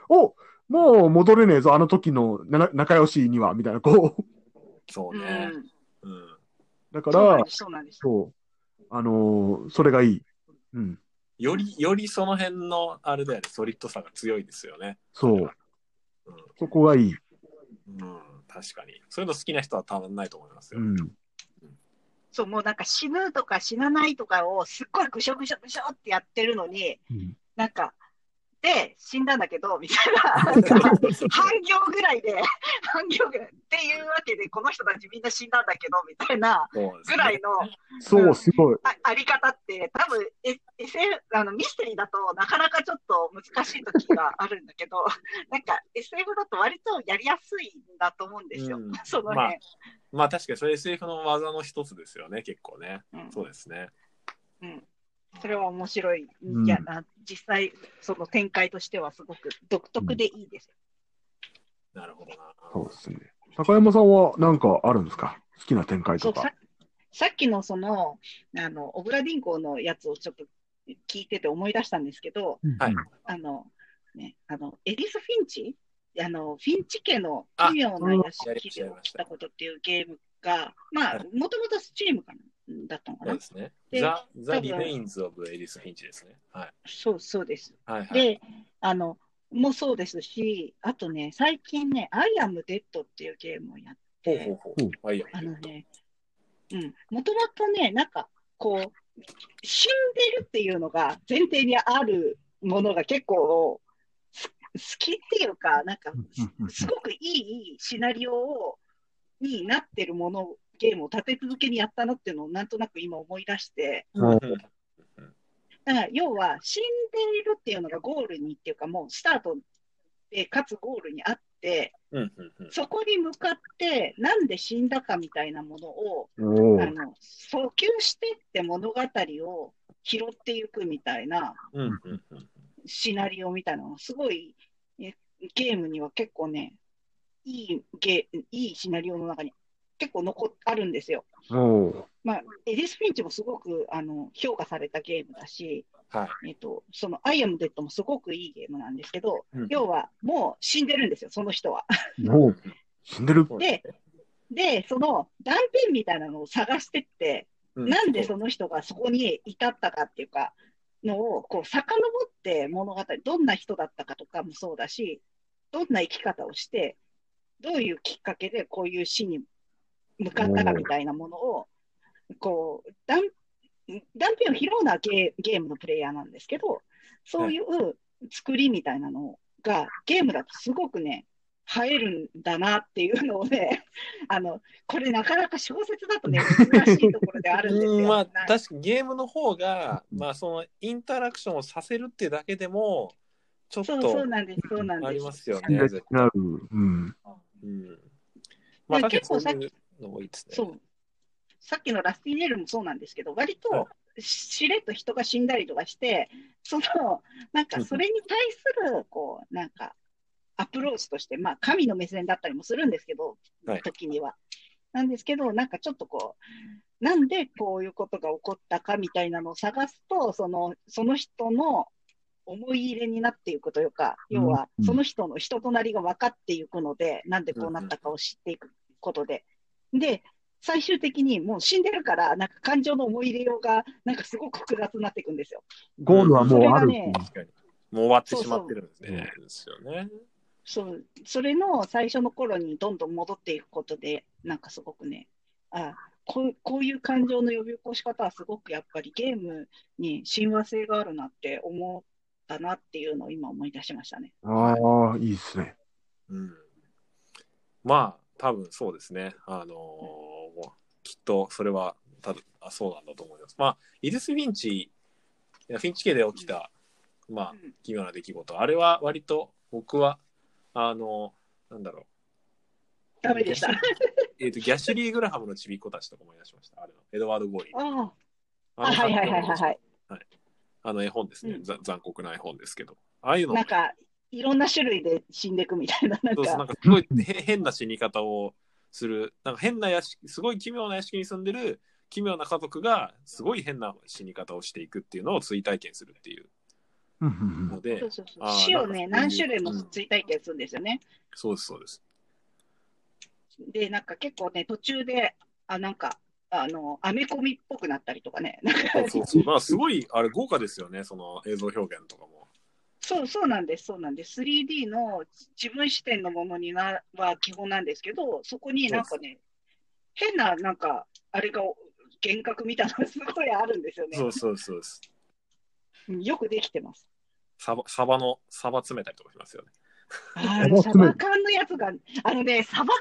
E: おもう戻れねえぞ、あの時のな仲良しには、みたいな、こう。
D: そう
F: う
D: ね。う
F: ん、
D: ん。
E: だか
F: そうなん
E: ら
F: で、す、そうなんです。
E: そう。あのーそれがいい。うん。
D: より、よりその辺の、あれだよね、ソリッドさが強いですよね。
E: そう
D: うん。
E: そこがいい。
D: うん、確かに。そういうの好きな人はたまんないと思います
E: う
D: よ。
E: ん。
F: そうもうなんか死ぬとか死なないとかをすっごいぐしょぐしょぐしょってやってるのに、
E: うん
F: なんか、で、死んだんだけど、みたい な、なんか半行ぐらいで、半行ぐらい。っていうわけで、この人たちみんな死んだんだけど、みたいな
D: そうです
F: ぐ
D: ね
F: らいの
E: そう、すごい。
F: ああり方って、多分え SF あのミステリーだとなかなかちょっと難しい時があるんだけど、 なんか SF だと割とやりやすいんだと思うんですよ、
D: うん
F: その
D: まあ
F: ね。
D: まあ確かにそれ SF の技の一つですよね、結構ね。
F: うん
D: そうですね。
F: それは面白い
E: うん
F: いやな、実際、その展開としてはすごく独特でいいです。
D: なるほどな。
E: そうですね。高山さんはなんかあるんですか好きな展開
F: そ
E: と
F: うさ
E: か。
F: さっきのその、あの小倉銀行のやつをちょっと聞いてて思い出したんですけど、
D: はい
E: うん
F: あの、ね、あの、エリス・フィンチあの、フィンチ家の奇妙な屋
D: あうん
F: 敷で起きたことっていうゲームが、ま
D: は
F: あ、もともとスチームかなだったのか
D: そ
F: な、
D: うですね。
F: で
D: ザ・ザ・
F: 多分
D: リメインズ・オブ・エリス・フィンチですね。はい。
F: そうそうです。
D: はい、はい。
F: で、あの、もそうですし、あとね、最近ね、アイアム・デッドっていうゲームをやっ
D: ほう
F: て、
D: ほうほう。はいよ。
F: あのね、うん、もともとね、なんか、こう、死んでるっていうのが前提にあるものが結構す好きっていうか、なんか
E: うん
F: すごくいいシナリオをになってるものをゲームを立て続けにやったなっていうのをなんとなく今思い出して、だから要は死んでいるっていうのがゴールにっていうかもうスタートでかつゴールにあって
D: うんうんうん
F: そこに向かってなんで死んだかみたいなものを
E: お
F: あ
E: ー
F: の訴求してって物語を拾っていくみたいな
D: うんうんうん
F: シナリオみたいなのがすごいえゲームには結構ねいいゲーいいシナリオの中に結構残っあるんですよ。
E: おー
F: まあ、エディス・フィンチもすごくあの評価されたゲームだし、
D: は
F: えっと、その「アイ・アム・デッド」もすごくいいゲームなんですけど、
D: うん
F: 要はもう死んでるんですよ、その人は。
E: おー死んでる。
F: で、で、その断片みたいなのを探してって、
D: うん
F: なんでその人がそこに至ったかっていうか、のをこう遡って物語、どんな人だったかとかもそうだし、どんな生き方をして、どういうきっかけでこういう死に向かったかみたいなものを、こう断断片を拾うのはゲーゲームのプレイヤーなんですけど、そういう作りみたいなのが、ゲームだとすごくね、映えるんだなっていうのをね、 あのこれなかなか小説だとね、難しいところではあるんです
D: うん
F: よ。
D: まあ
F: な
D: 確かにゲームの方が、まあそのインタラクションをさせるってだけでもちょっ
F: そうそう
D: と
F: なんです、そうなん
D: あ
F: で
D: り
F: す。
D: ますよ
E: 死ん
D: ね
E: で。違う。うん。
D: うん、まあ確
F: 結
D: か
F: 構
D: に
F: さ
D: そうい
F: っき
D: うの多いですね。
F: そうさっきのラスティネールもそうなんですけど、割
D: は
F: としれっと人が死んだりとかして、そのなんかそれに対するこうなんかアプローチとして、まあ、神の目線だったりもするんですけど
D: はい、
F: 時には。なんですけど、なんかちょっとこう、なんでこういうことが起こったかみたいなのを探すと、そのその人の思い入れになっていくというか、要は
E: うん
F: その人の人となりが分かっていくので、なんでこうなったかを知っていくことで。で、最終的にもう死んでるから、なんか感情の思い入れようが、なんかすごく複雑になっていくんですよ。
E: ゴールはもうある。
F: それがね
D: 確かにもう終わってしまってるんですね。ですよね。
F: そう、それの最初の頃にどんどん戻っていくことで、なんかすごくね、あこうこういう感情の呼び起こし方はすごくやっぱりゲームに親和性があるなって思ったなっていうのを今思い出しましたね。
E: ああ、いいですね。
D: うん、まあ多分そうですね。あのーきっとそれはただあそうなんだと思います。まあイデス・フィンチいやフィンチ家で起きた、まあ
F: うん
D: 奇妙な出来事あれは割と僕はあのーなんだろう
F: ダメでした。あ
D: えっ、と、ギャシュリー・グラハムのちびっ子たちとか思い出しました。あれの、エドワード・ゴーリー。
F: あ、
D: あ
F: あ
D: の
F: はいはいはいはいはい。
D: あの絵本ですね、
F: うん
D: ざ残酷な絵本ですけど。ああいうのも
F: なんか、いろんな種類で死んでいくみたいな、なん
D: そうそうな
F: か、
D: んかすごいへ変な死に方をする、なんか変な屋敷、すごい奇妙な屋敷に住んでる奇妙な家族が、すごい変な死に方をしていくっていうのを追体験するっていう
E: うんうんうん
D: ので
F: そう、そうそう
D: あー
F: 死を
D: な
F: ね、
D: んか
F: 何
D: そういう
F: 種類も
D: うん
F: 追体験するんですよね。
D: そうです、そうです。
F: で、なんか結構ね、途中で、あ、なんか、あの、アメコミっぽくなったりとかね、なんか
D: そうそうそう。まあ、すごい、あれ、豪華ですよね、その映像表現とかも。
F: そうそうなんです、そうなんです。3D の自分視点のものになは基本なんですけど、そこになんかね、変な、なんか、あれが幻覚みたいなのがすごいあるんですよね
D: そ。うそうそうです。
F: うんよくできてます。
D: サバ、サバの、サバ詰めたりとかしますよね。
E: 面白
F: あ
E: い
F: のサバ缶のやつが、あのね、サバ缶のや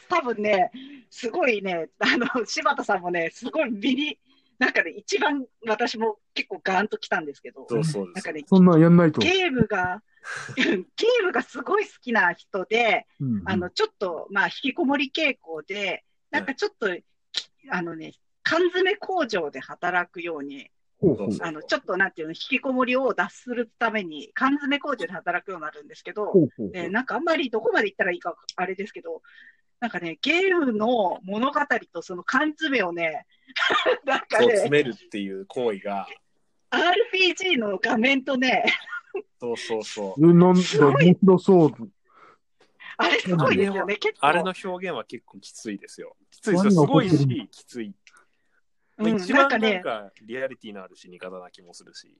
F: つ多分ね、すごいね、あの、柴田さんもね、すごいビリ、なんかね、一番私も結構ガーンときたんですけど、
D: そうそうで
F: な
D: す
F: んか。ね、
E: そんなんやんないと。
F: ゲームが、 ゲームがすごい好きな人で、
E: うんうん
F: あの、ちょっと、まあ、引きこもり傾向で、なんかちょっと、きあのね、缶詰工場で働くように、
E: ほうほう
F: あの、ちょっとなんていうの、引きこもりを脱するために、缶詰工場で働くようになるんですけど
E: ほ、うほう
F: えーなんかあんまりどこまで行ったらいいか、あれですけど、なんかね、ゲームの物語とその缶詰をね、 なんか
D: そう詰
F: ね、
D: めるっていう行為が、
F: RPG の画面とね、
D: そうそうそう。
E: なん
F: すご
E: か
F: い
E: 面白そう。
F: あれすごいですよね、結構。
D: あれの表現は結構きついですよ。きついですよ。
E: 何
D: す
E: が起こっ
D: ご
E: て
D: い
E: るの
D: し、きつい。
F: う
D: 一
F: ん、
D: 番なん
F: なか
D: ん
F: ね、
D: かリアリティのある死に方な気もするし。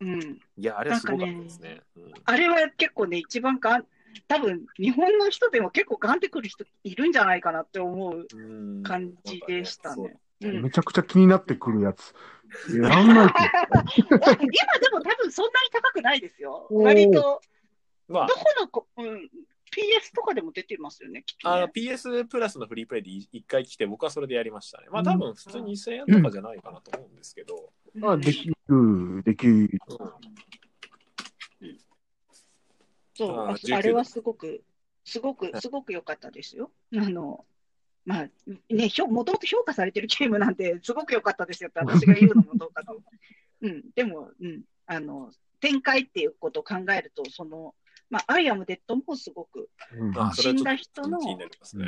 F: うん。
D: いや、あれはすごかったですね。うん
F: あれは結構ね、一番がん、多分日本の人でも結構ガンってくる人いるんじゃないかなって思う
D: うん
F: 感じでしたね。
D: そう
F: うん
E: めちゃくちゃ気になってくるやつ。やんないと。
F: 今でも多分そんなに高くないですよ。
E: おー
F: 割と、
D: まあ
F: どこのこ、うん、PS とかでも出てますよね、きっと
D: あ
F: ね、
D: の PS プラスのフリープレイでい一回来て、僕はそれでやりましたね。まあ多分普通に2000円とかじゃないかなと思うんですけど、
E: まあ、できる、できる。
F: そう、
D: あ
F: あ
D: 19
F: あれはすごく、すごく、すごく良かったですよ。あの、まあ、ね、ひょ、もともと評価されてるゲームなんで、すごく良かったですよって私が言うのもどうかと。うん、 でも、うん、あの、展開っていうことを考えると、その、まあ、アイアムデッドもすごく、
E: うん
D: あそれはちょっと
F: 死んだ人の
D: 気になりますね。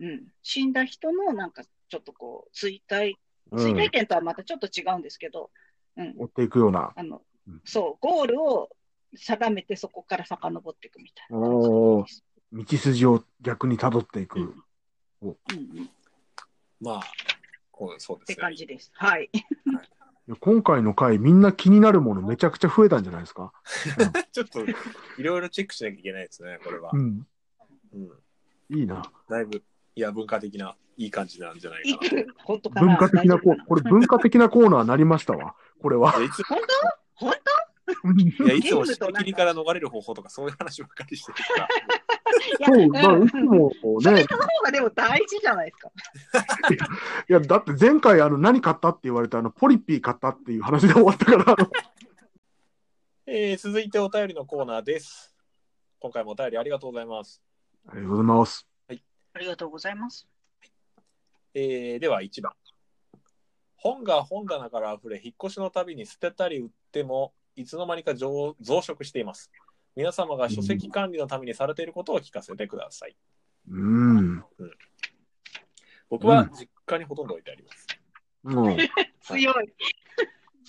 F: うん、死んだ人のなんか、ちょっとこう、追体、
E: う
F: 追
E: ん
F: 体験とはまたちょっと違うんですけど、うん、
E: 追っていくような。
F: あの
E: うん、
F: そう、ゴールを定めて、そこから遡っていくみたいな感じ
E: おー
F: です。
E: 道筋を逆に辿っていく。
F: うんうん、っ
D: まあ、こうそうで
F: て
D: すね
F: 感。じです。はい。
E: いや今回の回、みんな気になるものめちゃくちゃ増えたんじゃないですか。
D: ちょっといろいろチェックしなきゃいけないですね、これは
E: う。ん。
D: うん、
E: いいな。
D: だいぶ、いや、文化的ないい感じなんじゃない
F: い
D: かな。
F: く本当かな
E: 文化的なコーナー。これ文化的なコーナーになりましたわ。これは。
D: いやいつ
F: 本当本
D: いやいつも
F: ゲームと
D: 締め
F: なんか
D: 切りから逃れる方法とかそういう話ばっかりしてる から。
F: 当
E: そう、
F: い
E: まあ、
F: や、う
E: うんちも
F: それ
E: ね
F: の、方がでも大事じゃないですか。
E: いや、だって前回、あの、何買ったって言われた、あの、ポリピー買ったっていう話で終わったから、
D: えー続いてお便りのコーナーです。今回もお便りありがとうございます。
E: ありがとうございます。
F: ありがとうございます。
D: えーでは1番。本が本棚から溢れ、引っ越しのたびに捨てたり売っても、いつの間にか増増殖しています。皆様が書籍管理のためにされていることを聞かせてください。
E: うん。
D: 僕は実家にほとんど置いてあります。
E: も
F: 強い。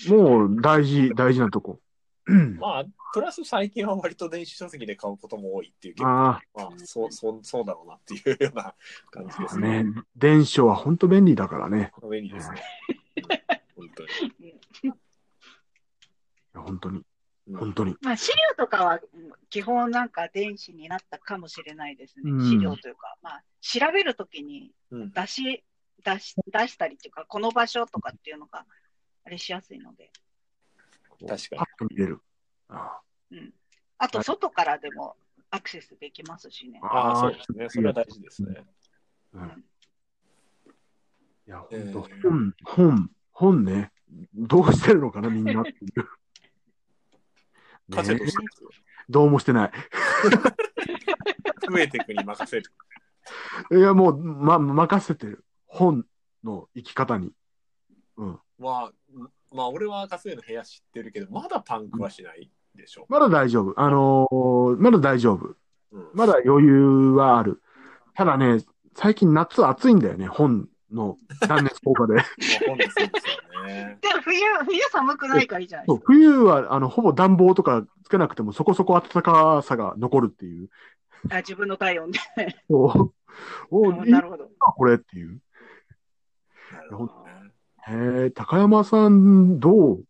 E: う、もう、大事、大事なとこ。うん
D: まあ、プラス最近は割と電子書籍で買うことも多いっていう結構、
E: あ
D: まあ、そうそうそうだろうなっていうような感じです
E: あ、
D: ね。
E: ね、電書は本当便利だからね。
D: 便利ですね。うん本当に。
E: いや本当に、
D: うん
E: 本当に。
F: まあ、資料とかはうん基本なんか電子になったかもしれないですね。
E: うん
F: 資料というか、まあ、調べるときに
D: うん
F: 出し、出し、出したりというか、この場所とかっていうのが、あれしやすいので。
E: 確
D: かに
E: パッと見れる。あ
F: うん。あと、外からでもアクセスできますしね。
D: ああ、
E: あ
D: そう
E: ー、
D: ですね。それは大事ですね。
E: いや、本当、
D: えー
E: 本、本、本ね。どうしてるのかな、みんなっていう。
D: カセット
E: ね
D: してます
E: どうもしてない。
D: 増えていくに任せる。
E: いや、もう、ま、任せてる。本の生き方に。
D: まあ、まあ、俺はカセの部屋知ってるけど、まだパンクはしないでしょ。
E: まだ大丈夫。あのーまだ大丈夫。
D: うん
E: まだ余裕はある。ただね、最近夏暑いんだよね、本の断熱効果 で。
D: まあ本でそうですよね。
F: でも冬、冬寒くないからいいじゃない
E: そう
F: ですか。
E: 冬は、あの、ほぼ暖房とかつけなくてもそこそこ暖かさが残るっていう。
F: あ自分の体温で。
E: そう。おいい
F: なるほど。
E: な、これっていう。
D: なるほどね。
E: へえ、高山さん、どう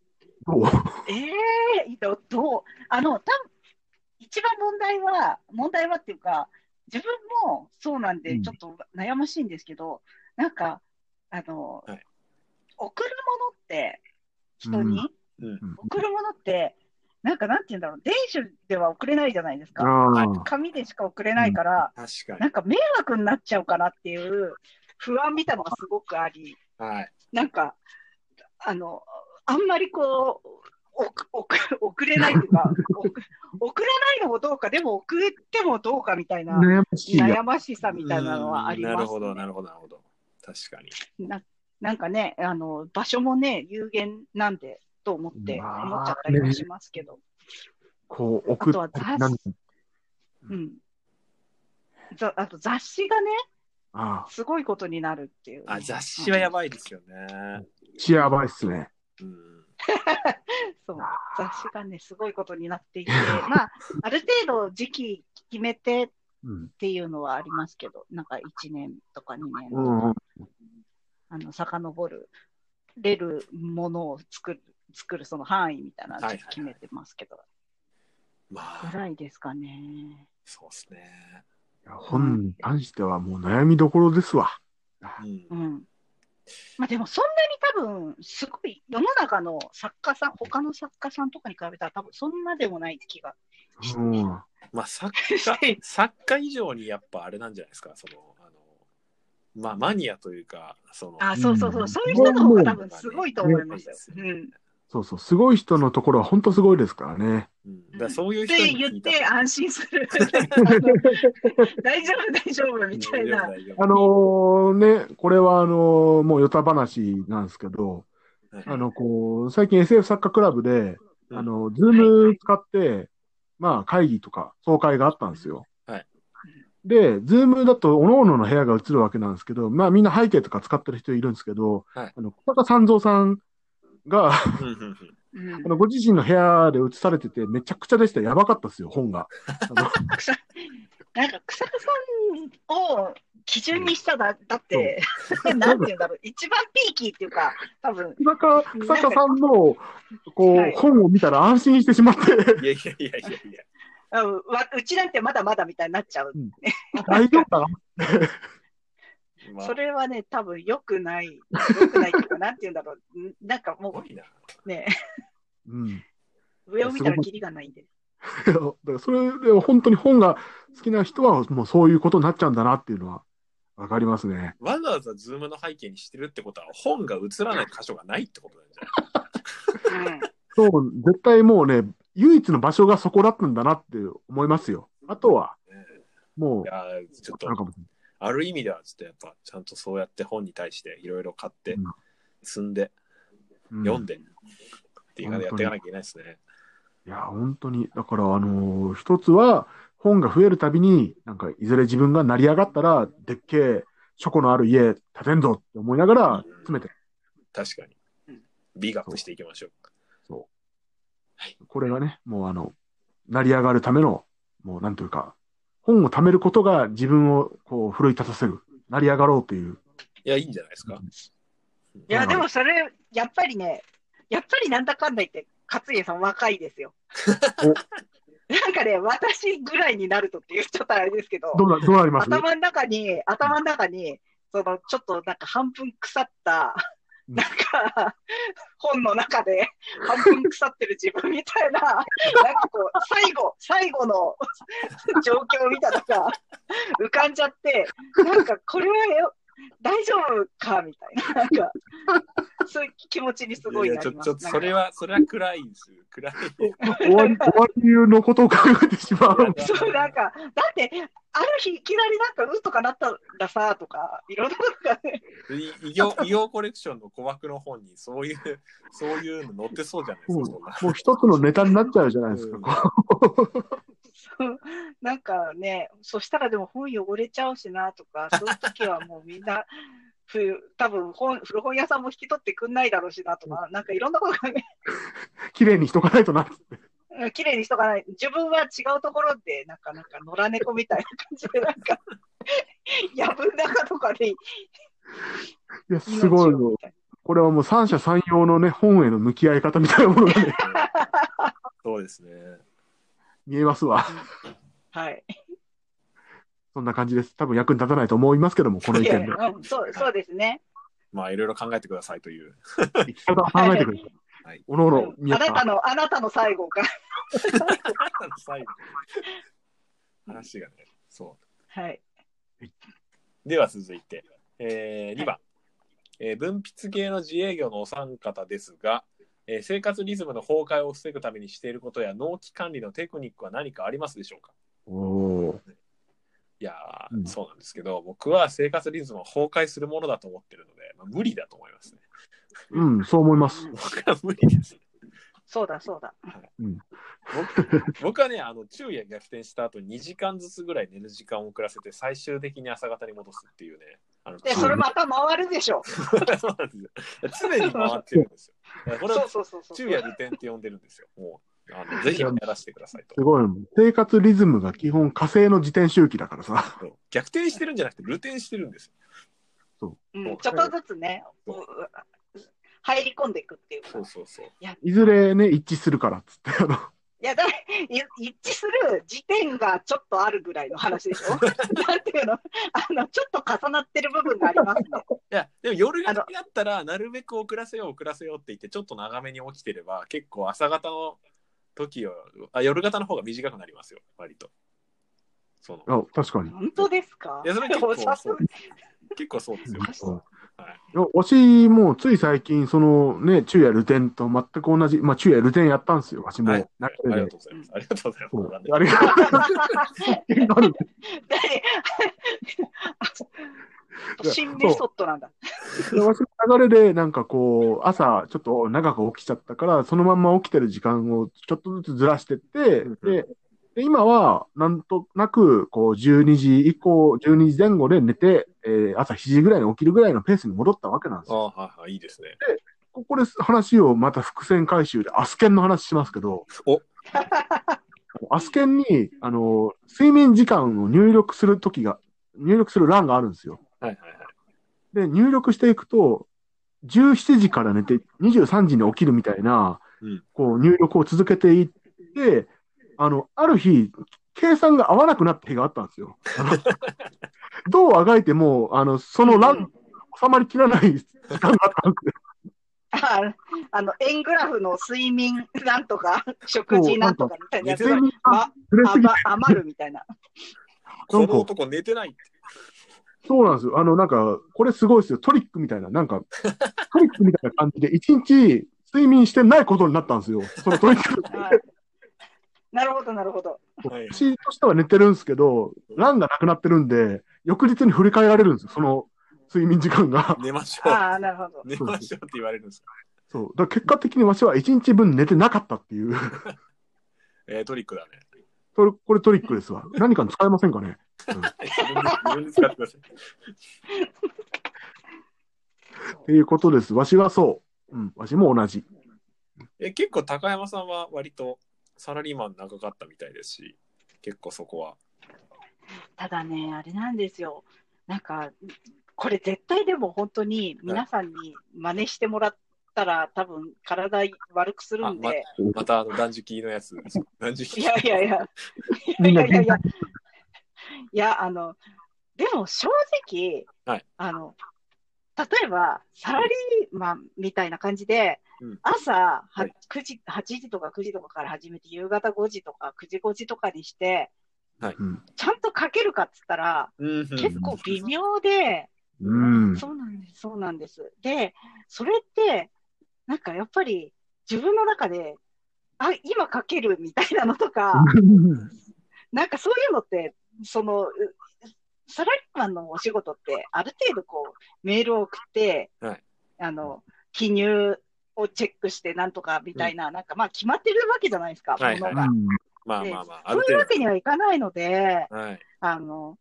E: どう
F: ええどどうあの、多分一番問題は、問題はっていうか、自分もそうなん
E: う
F: で、
E: ん
F: ちょっと悩ましいんですけど、なんか、あの、
D: はい
F: 贈るものって、人に、
D: うんうん
F: 贈るものって、なんかなんて言うんだろう、電子では送れないじゃないですか。
E: ああ。
F: 紙でしか送れないから、
D: 確か
F: なんか迷惑になっちゃうかなっていう不安みたいなのがすごくあり。
D: に。はい。
F: なんか、あの、あんまりこう、おくおく遅れないというか、おく遅れないのもどうか、でも遅れてもどうかみたいな、
E: 悩ましいや。
F: 悩ましさみたいなのはあります、
D: なるほど、なるほど、なるほど。確かに。
F: ななんかね、あの、場所もね、有限なんで、と思って、
E: うわー
F: 思っちゃったりもしますけど、
E: こう、送っ
F: あとは雑
E: なん
F: うん。ざあと雑誌がね、
E: ああ。
F: すごいことになるっていう。
D: あ、雑誌はやばいですよね。
E: しやばいっすね。
D: うん。
F: そう雑誌がね、すごいことになっていて、まあ、ある程度時期決めて
E: うん
F: っ。ていうのはありますけど、なんか1年とか2年、
E: うんうん。
F: あの遡るれるものを作る、作るその範囲みたいなのを
D: はいはいはい
F: 決めてますけど、
D: ま
F: ぐ
D: あ、
F: らいですかね。
D: そうですね。
E: いや本に関してはもう悩みどころですわ。
D: うん
F: う。ん。まあ、でもそんなに多分、すごい世の中の作家さん、他の作家さんとかに比べたら、多分そんなでもない気が。
E: うん。
D: まあ、作 家、作家以上にやっぱあれなんじゃないですか、その、あの、まあ、マニアというか、その、
F: あ、そうそうそう、そういう人の方が多分すごいと思いますよ。うん。
E: そうそう。すごい人のところは本当すごいですからね。
D: うん、だからそういう
F: っ
D: 人
F: て
D: に
F: 言
D: 聞
F: っ
D: いた
F: て安心す る。大丈夫、大丈夫、みたい
D: 大丈
F: な。
D: 夫大丈夫
E: あのーね、これはあのーもうヨタ話なんですけど、
D: はい
E: あの、こう、最近 SF 作家クラブで、
D: うん
E: あの、ズーム使って、まあ、会議とか総会があったんですよ。
D: はい
E: で、ズームだと、おのおのの部屋が映るわけなんですけど、まあ、みんな背景とか使ってる人いるんですけど、
D: はい
E: あの、小坂三蔵さんが、 あ
D: うんうんうん
F: うん
E: の、ご自身の部屋で映されてて、めちゃくちゃでした。やばかったですよ、本が。あの
F: 草なんか草田さんを基準にしたら、だって、 なんて言うんだろう、一番ピーキーっていうか、多分
E: 小坂、小坂さんの、こ、
F: はいう
E: 本を見たら安心してしまって、
D: いやいやいやいやいや。
F: あうわうちなんてまだまだみたいになっちゃう。
E: 大丈夫かな
D: まあ
F: それはね、多分良くない。良くないっていうか、なんて言うんだ ろう、んなんか
D: すご
F: も
D: いな。
F: うね、
E: うん。
F: 上を見たらキリがないんで。
E: だからそれでも本当に本が好きな人はもうそういうことになっちゃうんだなっていうのはわかりますね。
D: わざわざズームの背景にしてるってことは、本が映らない箇所がないってことなんじゃない
F: うん
E: そう、絶対もうね、唯一の場所がそこだったんだなって思いますよ。あとは、もう、
D: いやーちょっと
E: なん、かも
D: ある意味では、ちょっとやっぱ、ちゃんとそうやって本に対していろいろ買って
E: うん、
D: 積んで、
E: うん
D: 読んで、っていうか、
E: 本
D: や
E: 当に
D: っていかなきゃいけないですね。
E: いや、本当に、だから、あのー一つは、本が増えるたびに、なんか、いずれ自分が成り上がったら、でっけえ、書庫のある家建てんぞって思いながら、詰めて、
D: 確かに
F: うん。
D: 美学していきましょう。
E: これがね、もうあの、成り上がるための、もうなんというか、本を貯めることが自分をこう奮い立たせる、成り上がろうという。
D: いや、いいんじゃないですか。
F: いや、でもそれ、やっぱりね、やっぱりなんだかんだ言って、勝家さん若いです よ。なんかね、私ぐらいになるとって言っちゃったらあれですけど、
E: どうな、どうなります
F: 頭の中に、頭の中に、そのちょっとなんか半分腐った、
E: うん
F: なんか、本の中で半分腐ってる自分みたいな、なんかこう、最後、最後の状況みたいなのが浮かんじゃって、なんかこれはよ大丈夫かみたいな、なんか、そういう気持ちにすごい
D: や
F: な
D: ちょ
F: り
D: っ
F: ま
D: と、
F: す。
D: ちょっとそれは、それは暗いです。暗い。
E: 終わり、終わりのことを考えてしまう。
F: そう、なんか、だって、ある日いきなりなんか、うとかなったんださ、とか、いろんなことがね、
D: 異様異様コレクションの小枠の本にそう いう、そういうの載ってそうじゃないですか、そんな。
E: もう一つのネタになっちゃうじゃないですか。
D: うん
E: こ
F: そうなんかね、そしたらでも本汚れちゃうしなとか、そういう時はもうみんな、ふ多分本古本屋さんも引き取ってくんないだろうしなとか、なんかいろんなことがね、
E: う綺麗にしとかないとな。
F: うん 綺麗にしとかない、自分は違うところで、なんか、なんか野良猫みたいな感じで、なんか、 やぶん中とかで
E: いや、す
F: 命
E: ごい
F: を
E: よ
F: み。たい
E: これはもう三者三様のね、本への向き合い方みたいなものがね、
D: そうですね。
E: 見えま すわ。
F: な。はい。
E: そんな感じです。多分役に立たないと思いますけども、この意
F: いや
E: 見
F: い
E: で
F: や。うんそう、そうですね。
D: まあ、いろいろ考えてくださいと いう。
E: 生き方を考えてくれて
D: はい。
E: おのお
F: う
E: の
F: ん
E: 見合
F: あ
E: った
F: なたの、あなたの最後が。
D: 最後話がね。そ
F: はい。
D: う。では続いて、え2番、えー文筆系の自営業のお三方ですが、えー生活リズムの崩壊を防ぐためにしていることや納期管理のテクニックは何かありますでしょうか
E: おー
D: いやー、
E: うん
D: そうなんですけど、僕は生活リズムは崩壊するものだと思ってるので、まあ、無理だと思いますね。
E: うん、そう思います。
D: 僕は無理です。
F: そうだ、そうだ。
D: 僕僕はね、あの昼夜逆転した後2時間ずつぐらい寝る時間を遅らせて、最終的に朝方に戻すっていうね、あの
F: で、それまた回るでし ょ。
D: そうなんですよ常に回ってるんです よ。だからこれ
F: そう
D: は
F: そうそうそう。
D: 昼夜逆転って呼んでるんですよ。もうあ のぜひやらせてください
E: す
D: と。
E: ごい。生活リズムが基本火星の自転周期だからさ。
D: そう逆転してるんじゃなくて、ル転してるんですよ。
F: うんちょっとずつね、うう入り込んでいくっていうか。
D: そうそうそう。
E: いずれね、一致するからっつって、あの、
F: いやだい一致する時点がちょっとあるぐらいの 話でしょなんていうのあのちょっと重なってる部分がありますね。
D: いや、でも夜が
F: あの
D: 好きだったら、なるべく遅らせよう、遅らせようって言って、ちょっと長めに起きてれば、結構朝方の時よ、あ夜型の方が短くなりますよ、割と。その
E: あ確かに。
F: 本当ですか
D: いやそれ結構
F: さす
D: そう結構そうですよ。
E: いやわしもつい最近、そのね、昼夜ルテンと全く同じ、まあ昼夜ルテンやったんですよ、わしも。
D: はい
E: な
D: ありがとうございます。ありがとうございます
E: そ
D: そう
E: う
D: なんで
E: あ。りがとうございます
F: だい都心メソッドなんだ。
E: でわしの流れで、なんかこう、朝ちょっと長く起きちゃったから、そのまんま起きてる時間をちょっとずつずらしてって、で、で今は、なんとなく、こう、12時以降、12時前後で寝て、えー朝7時ぐらいに起きるぐらいのペースに戻ったわけなんです
D: あ
E: よ。
D: はいはい、いいですね。
E: ここで話をまた伏線回収で、アスケンの話しますけど、
D: お
E: アスケンに、あの、睡眠時間を入力するときが、入力する欄があるんですよ。
D: はいはい
E: で、入力していくと、17時から寝て23時に起きるみたいな、
D: うん
E: こう入力を続けていって、あの、ある日、計算が合わなくなった日があったんですよ。あ のどうあがいても、あの、その欄、収まりきらない時間があったんですよ
F: ああの円グラフの睡眠なんとか食事なんとかみたいなやつ
E: 睡
F: が
E: 眠が
F: ま
E: ずれすぎて
F: 余余るみたいな。
D: この男寝てないって。
E: そうなんですよ。あの、なんか、これすごいですよ。トリックみたいな、なん か、トリックみたいな感じで、一日睡眠してないことになったんですよ。そのトリック。
F: はいなるほどなるほど。
D: はい
E: 私としては寝てるんですけど、ランがなくなってるんで、翌日に振り返られるんですよ。その睡眠時間が。
D: 寝ましょう。
F: ああなるほど。
D: 寝ましょうって言われるんですか。
E: そう。だから結果的にわしは一日分寝てなかったっていう。
D: えートリックだね。
E: それ、これトリックですわ。何かに使えませんかね。
D: はい自分で自分で使ってください。
E: っていうことです。わしはそう。うん。わしも同じ。
D: え結構高山さんは割とサラリーマン長かったみたいですし結構そこは
F: ただね、あれなんですよ。なんか、これ絶対でも本当に皆さんに真似してもらったら、多分体悪くするん
D: あ
F: で、
D: またあの断食のやつ断食
F: いや いやいや、
E: み
F: い
E: んな
F: やいやいや、いや、あの、でも正直、
D: はい
F: あの、例えば、サラリーマンみたいな感じで、
D: うん
F: 朝は
D: はい
F: 9時、8時とか9時とかから始めて、夕方5時とか9時5時とかにして、
D: はい
E: うん
F: ちゃんと書けるかっつったら、
D: うん
F: 結構微妙で、
E: うん。
F: そうなんです、そうなんです。で、それって、なんかやっぱり自分の中で、あ、今書けるみたいなのとか、なんかそういうのって、その、うサラリーマンのお仕事って、ある程度こう、メールを送って、
D: はい
F: あの、記入をチェックしてなんとかみたいな、なんかまあ決まってるわけじゃないですか、
D: はいはい
F: ものが。
D: まあまあまああ
F: そう
D: る
F: いうわ
D: 程
F: けにはいかないので、
D: 度はい
F: あの、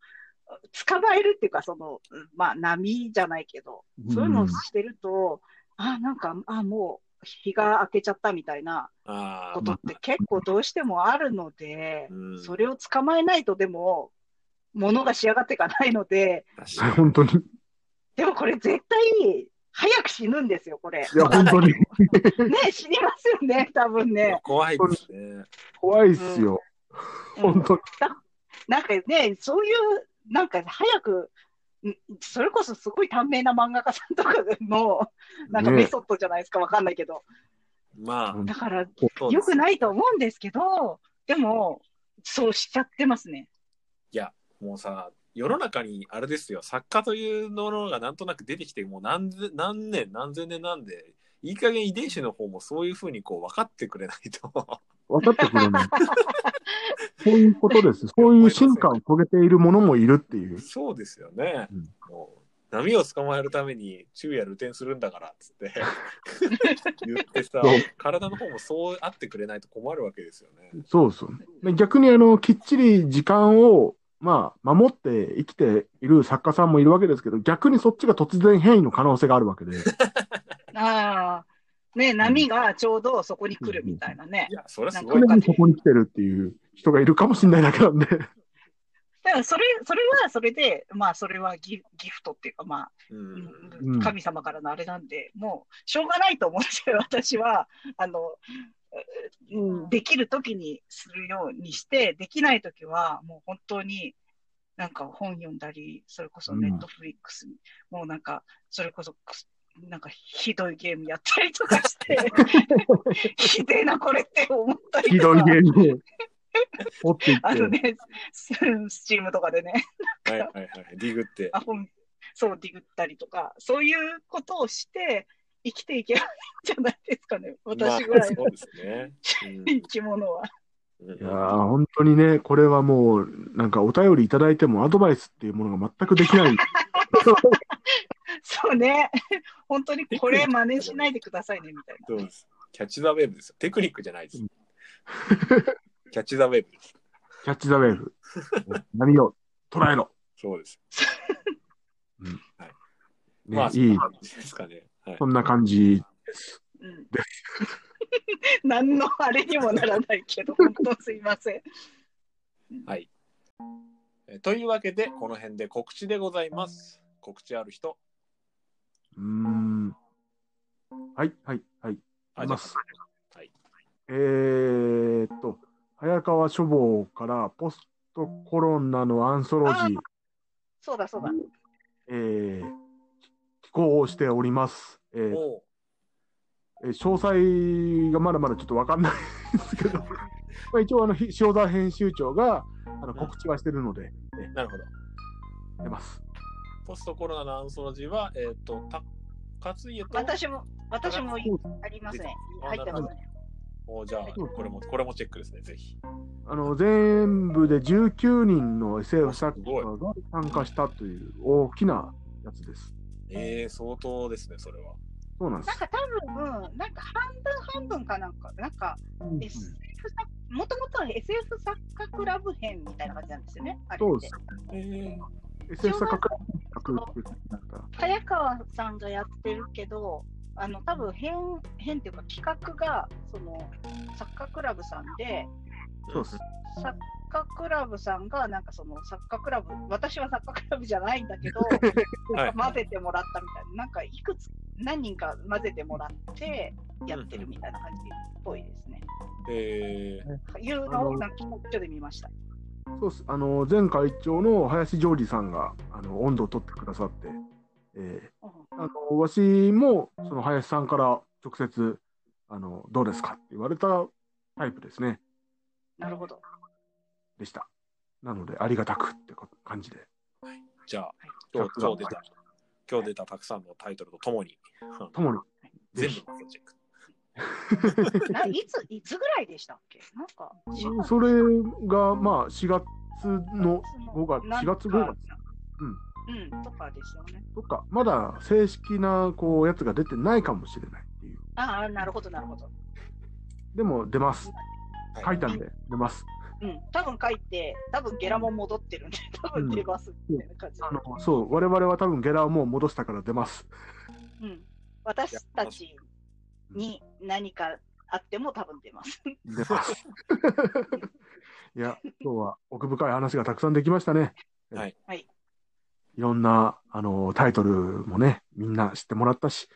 F: 捕まえるっていうか、その、うんまあ波じゃないけど、そういうのをしてると、あ、なんか、あ、もう日が明けちゃったみたいな
D: あ
F: こ
D: ー
F: とって結構どうしてもあるので、
D: うん
F: それを捕まえないとでも、ものが仕上がっていかないので、
D: 確
E: はい、
D: か
E: 本当に。
F: でもこれ絶対、早く死ぬんですよ、これ。
E: いや、本当に。
F: ね、死にますよね、多分
D: に
F: ね。
D: 怖いですね
E: 怖いっすよ。本当に。
F: なんかね、そういう、なんか早く、んそれこそすごい短命な漫画家さんとかの、なんかメソッドじゃないですか、わかんないけど。
D: まあ
F: だから、
D: そう
F: 良
D: です
F: くないと思うんですけど、でも、そうしちゃってますね。
D: もうさ世の中にあれですよ作家というものがなんとなく出てきてもう何千何年何千年なんでいい加減遺伝子の方もそういうふうにこう分かってくれないと
E: 分かってく れない。そういうことです。そういう進化を遂げているものもいるっていう。
D: そうですよね、
E: うん
D: もう波を捕まえるために昼夜露天するんだからっつって 言ってさ
E: そう
D: 体の方もそうあってくれないと困るわけですよね。
E: そうそう。で逆にあの、きっちり時間を、まあ、守って生きている作家さんもいるわけですけど、逆にそっちが突然変異の可能性があるわ けで。
F: ああ、ね、波がちょうどそこに来るみたいなね
D: い。やそれはすごい
E: 常にそこに来てるっていう人がいるかもしれないだけな んで。
F: だからそれ、それはそれで、まあ、それはギギフトっていうか、まあ、
D: うん
E: うん
F: 神様からのあれなんで、もう、しょうがないと思って、私は、あの、うんできる時にするようにして、できない時はもう本当になんか本読んだり、それこそ
E: うん
F: ネットフリックスに、もうなんか、それこそくす、なんかひどいゲームやったりとかして、 ひでえなこれって思ったり
E: ひ
F: とか。
E: どいゲームで持っていって。
F: あのね、ススチームとかでね、
D: はいはいはい。ディグって。
F: アホン、そう、ディグったりとか、そういうことをして、生きていけばいいんじゃないですかね、私ぐらい
D: まあそ
F: の
D: うですね。
F: 生き物は。
D: うん
E: いやー本当にね、これはもう、なんかお便りいただいてもアドバイスっていうものが全くできない。
F: そうね、本当にこれ真似しないでくださいね、みたいな。
D: そうです。キャッチザウェーブですよ。テクニックじゃない です。キャッチザウェーブです。
E: キャッチザウェー ブ。何を捉えろ。
D: そうです。
E: ね
D: まあ、そ
E: い
D: ん
E: い
D: な、感じですかね。はい
E: そんな感じ。
F: うん、何のあれにもならないけど、本当すいません。
D: えーというわけで、この辺で告知でございます。告知ある人。
E: うーん。はい、はい、はい。あります。
D: はい。
E: えーっと、早川書房からポストコロナのアンソロジー、
F: そうだそうだ。
E: えー、寄稿をしております。えー
D: おう
E: えー詳細がまだまだちょっとわかんないです けど、まあ一応あの、ひ塩沢編集長があの告知はしてるので、
D: なるほど。
E: 出ます。
D: ポストコロナのアンソロジーは、えっ、と、た勝家と、
F: 私も、私もありますね。入ってますね。
D: おじゃあ、これも、これもチェックですね、ぜひ。
E: あの全部で19人の SF 作家が参加したという大きなやつです。
D: えー、相当ですね、それは。
E: そうなんで
F: なん
E: す。
F: か多分、なんか半分半分かなんか、なんか、SF 作もともとは SF 作家クラブ編みたいな感じなんですよね。あれ
E: そう
F: っ
E: で
F: て
E: す。
D: えー、
E: SF 作家から作ってなった
F: 早川さんがやってるけど、あの多分編編っていうか企画がその作家クラブさんで、
E: そうです。
F: 作家クラブさんがなんかその作家クラブ、私は作家クラブじゃないんだけど、
D: はい
F: 混ぜてもらったみたいな、なんかいくつ何人か混ぜてもらってやってるみたいな感じっぽいですね。
D: えー、
F: いうのをなんか企画書で見ました。
E: そうっす。あの前会長の林ジョージさんがあの温度を取ってくださって、えー
F: うん
E: あのわしもその林さんから直接あのどうですかって言われたタイプですね。
F: なるほど。
E: でした。なのでありがたくって感じで。
D: じゃあ、今日今日出た、今日出たたくさんのタイトルとともに、
E: ともに
D: 全部チェック。
F: ないついつぐらいでしたっけ？なんか4月
E: それがまあ4月の5月
F: な
E: 4
F: んか
E: 月5月
F: うん、とかですよね。
E: とかまだ正式なこうやつが出てないかもしれないっていう
F: ああ、なるほどなるほど。
E: でも出ます
D: はい
E: 書いたんで出ます
F: うん、多分書いて、多分ゲラも戻ってるんで、多分出ますみたいな感じ。
E: あのそう我々は多分ゲラをもう戻したから出ます
F: うん、私たちに何かあっても多分出ます。
E: 出ますいや今日は奥深い話がたくさんできましたね
D: はい
F: はい
E: いろんなあのタイトルもねみんな知ってもらったし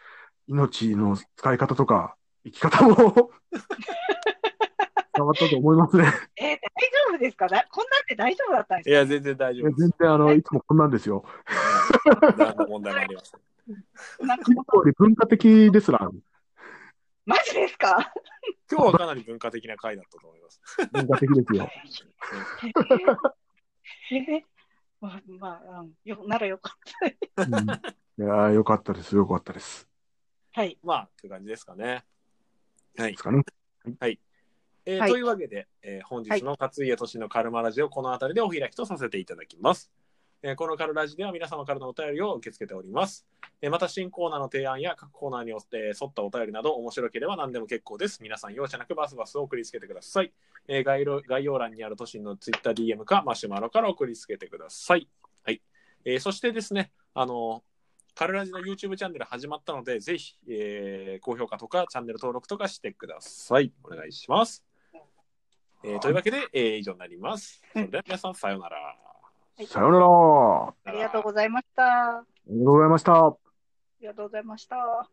E: 命の使い方とか生き方も頑張ったと思いますね
F: えー、大丈夫ですかだこんなんで大丈夫だったんです
D: い
F: か
D: や、全然大
E: い
D: 丈
E: や
D: 夫です
E: 全。然あの、いつもこんなんですよ。
D: 何の問題もありません。
F: なんか
E: 一方で文化的ですら、
F: マジですか
D: 今日はかなり文化的な回だったと思います。
E: 文化的ですよ。
F: えーまあ、まあうん、よならよかった。
E: うんいやー、よかったです、よかったです。
F: はい。
D: まあ、という感じですかね。はい
E: です。かね。
D: えー
F: はい
D: というわけで、えー本日の勝家都市のカルマラジオ、この辺りでお開きとさせていただきます。えーこのカルラジでは皆様からのお便りを受け付けております。えーまた新コーナーの提案や各コーナーにお、えー沿ったお便りなど面白ければ何でも結構です。皆さん容赦なくバスバスを送りつけてください。えー概要概要欄にある都市の TwitterDM かマシュマロから送りつけてください。はい。えーそしてですね、あのーカルラジの YouTube チャンネル始まったので、ぜひ、えー高評価とかチャンネル登録とかしてください。お願いします。えーというわけで、えー以上になります。それでは皆さん、さようなら。
E: さよなら。あ
F: ありがとうございました。あ
E: りがとうございました。
F: りがとうございました。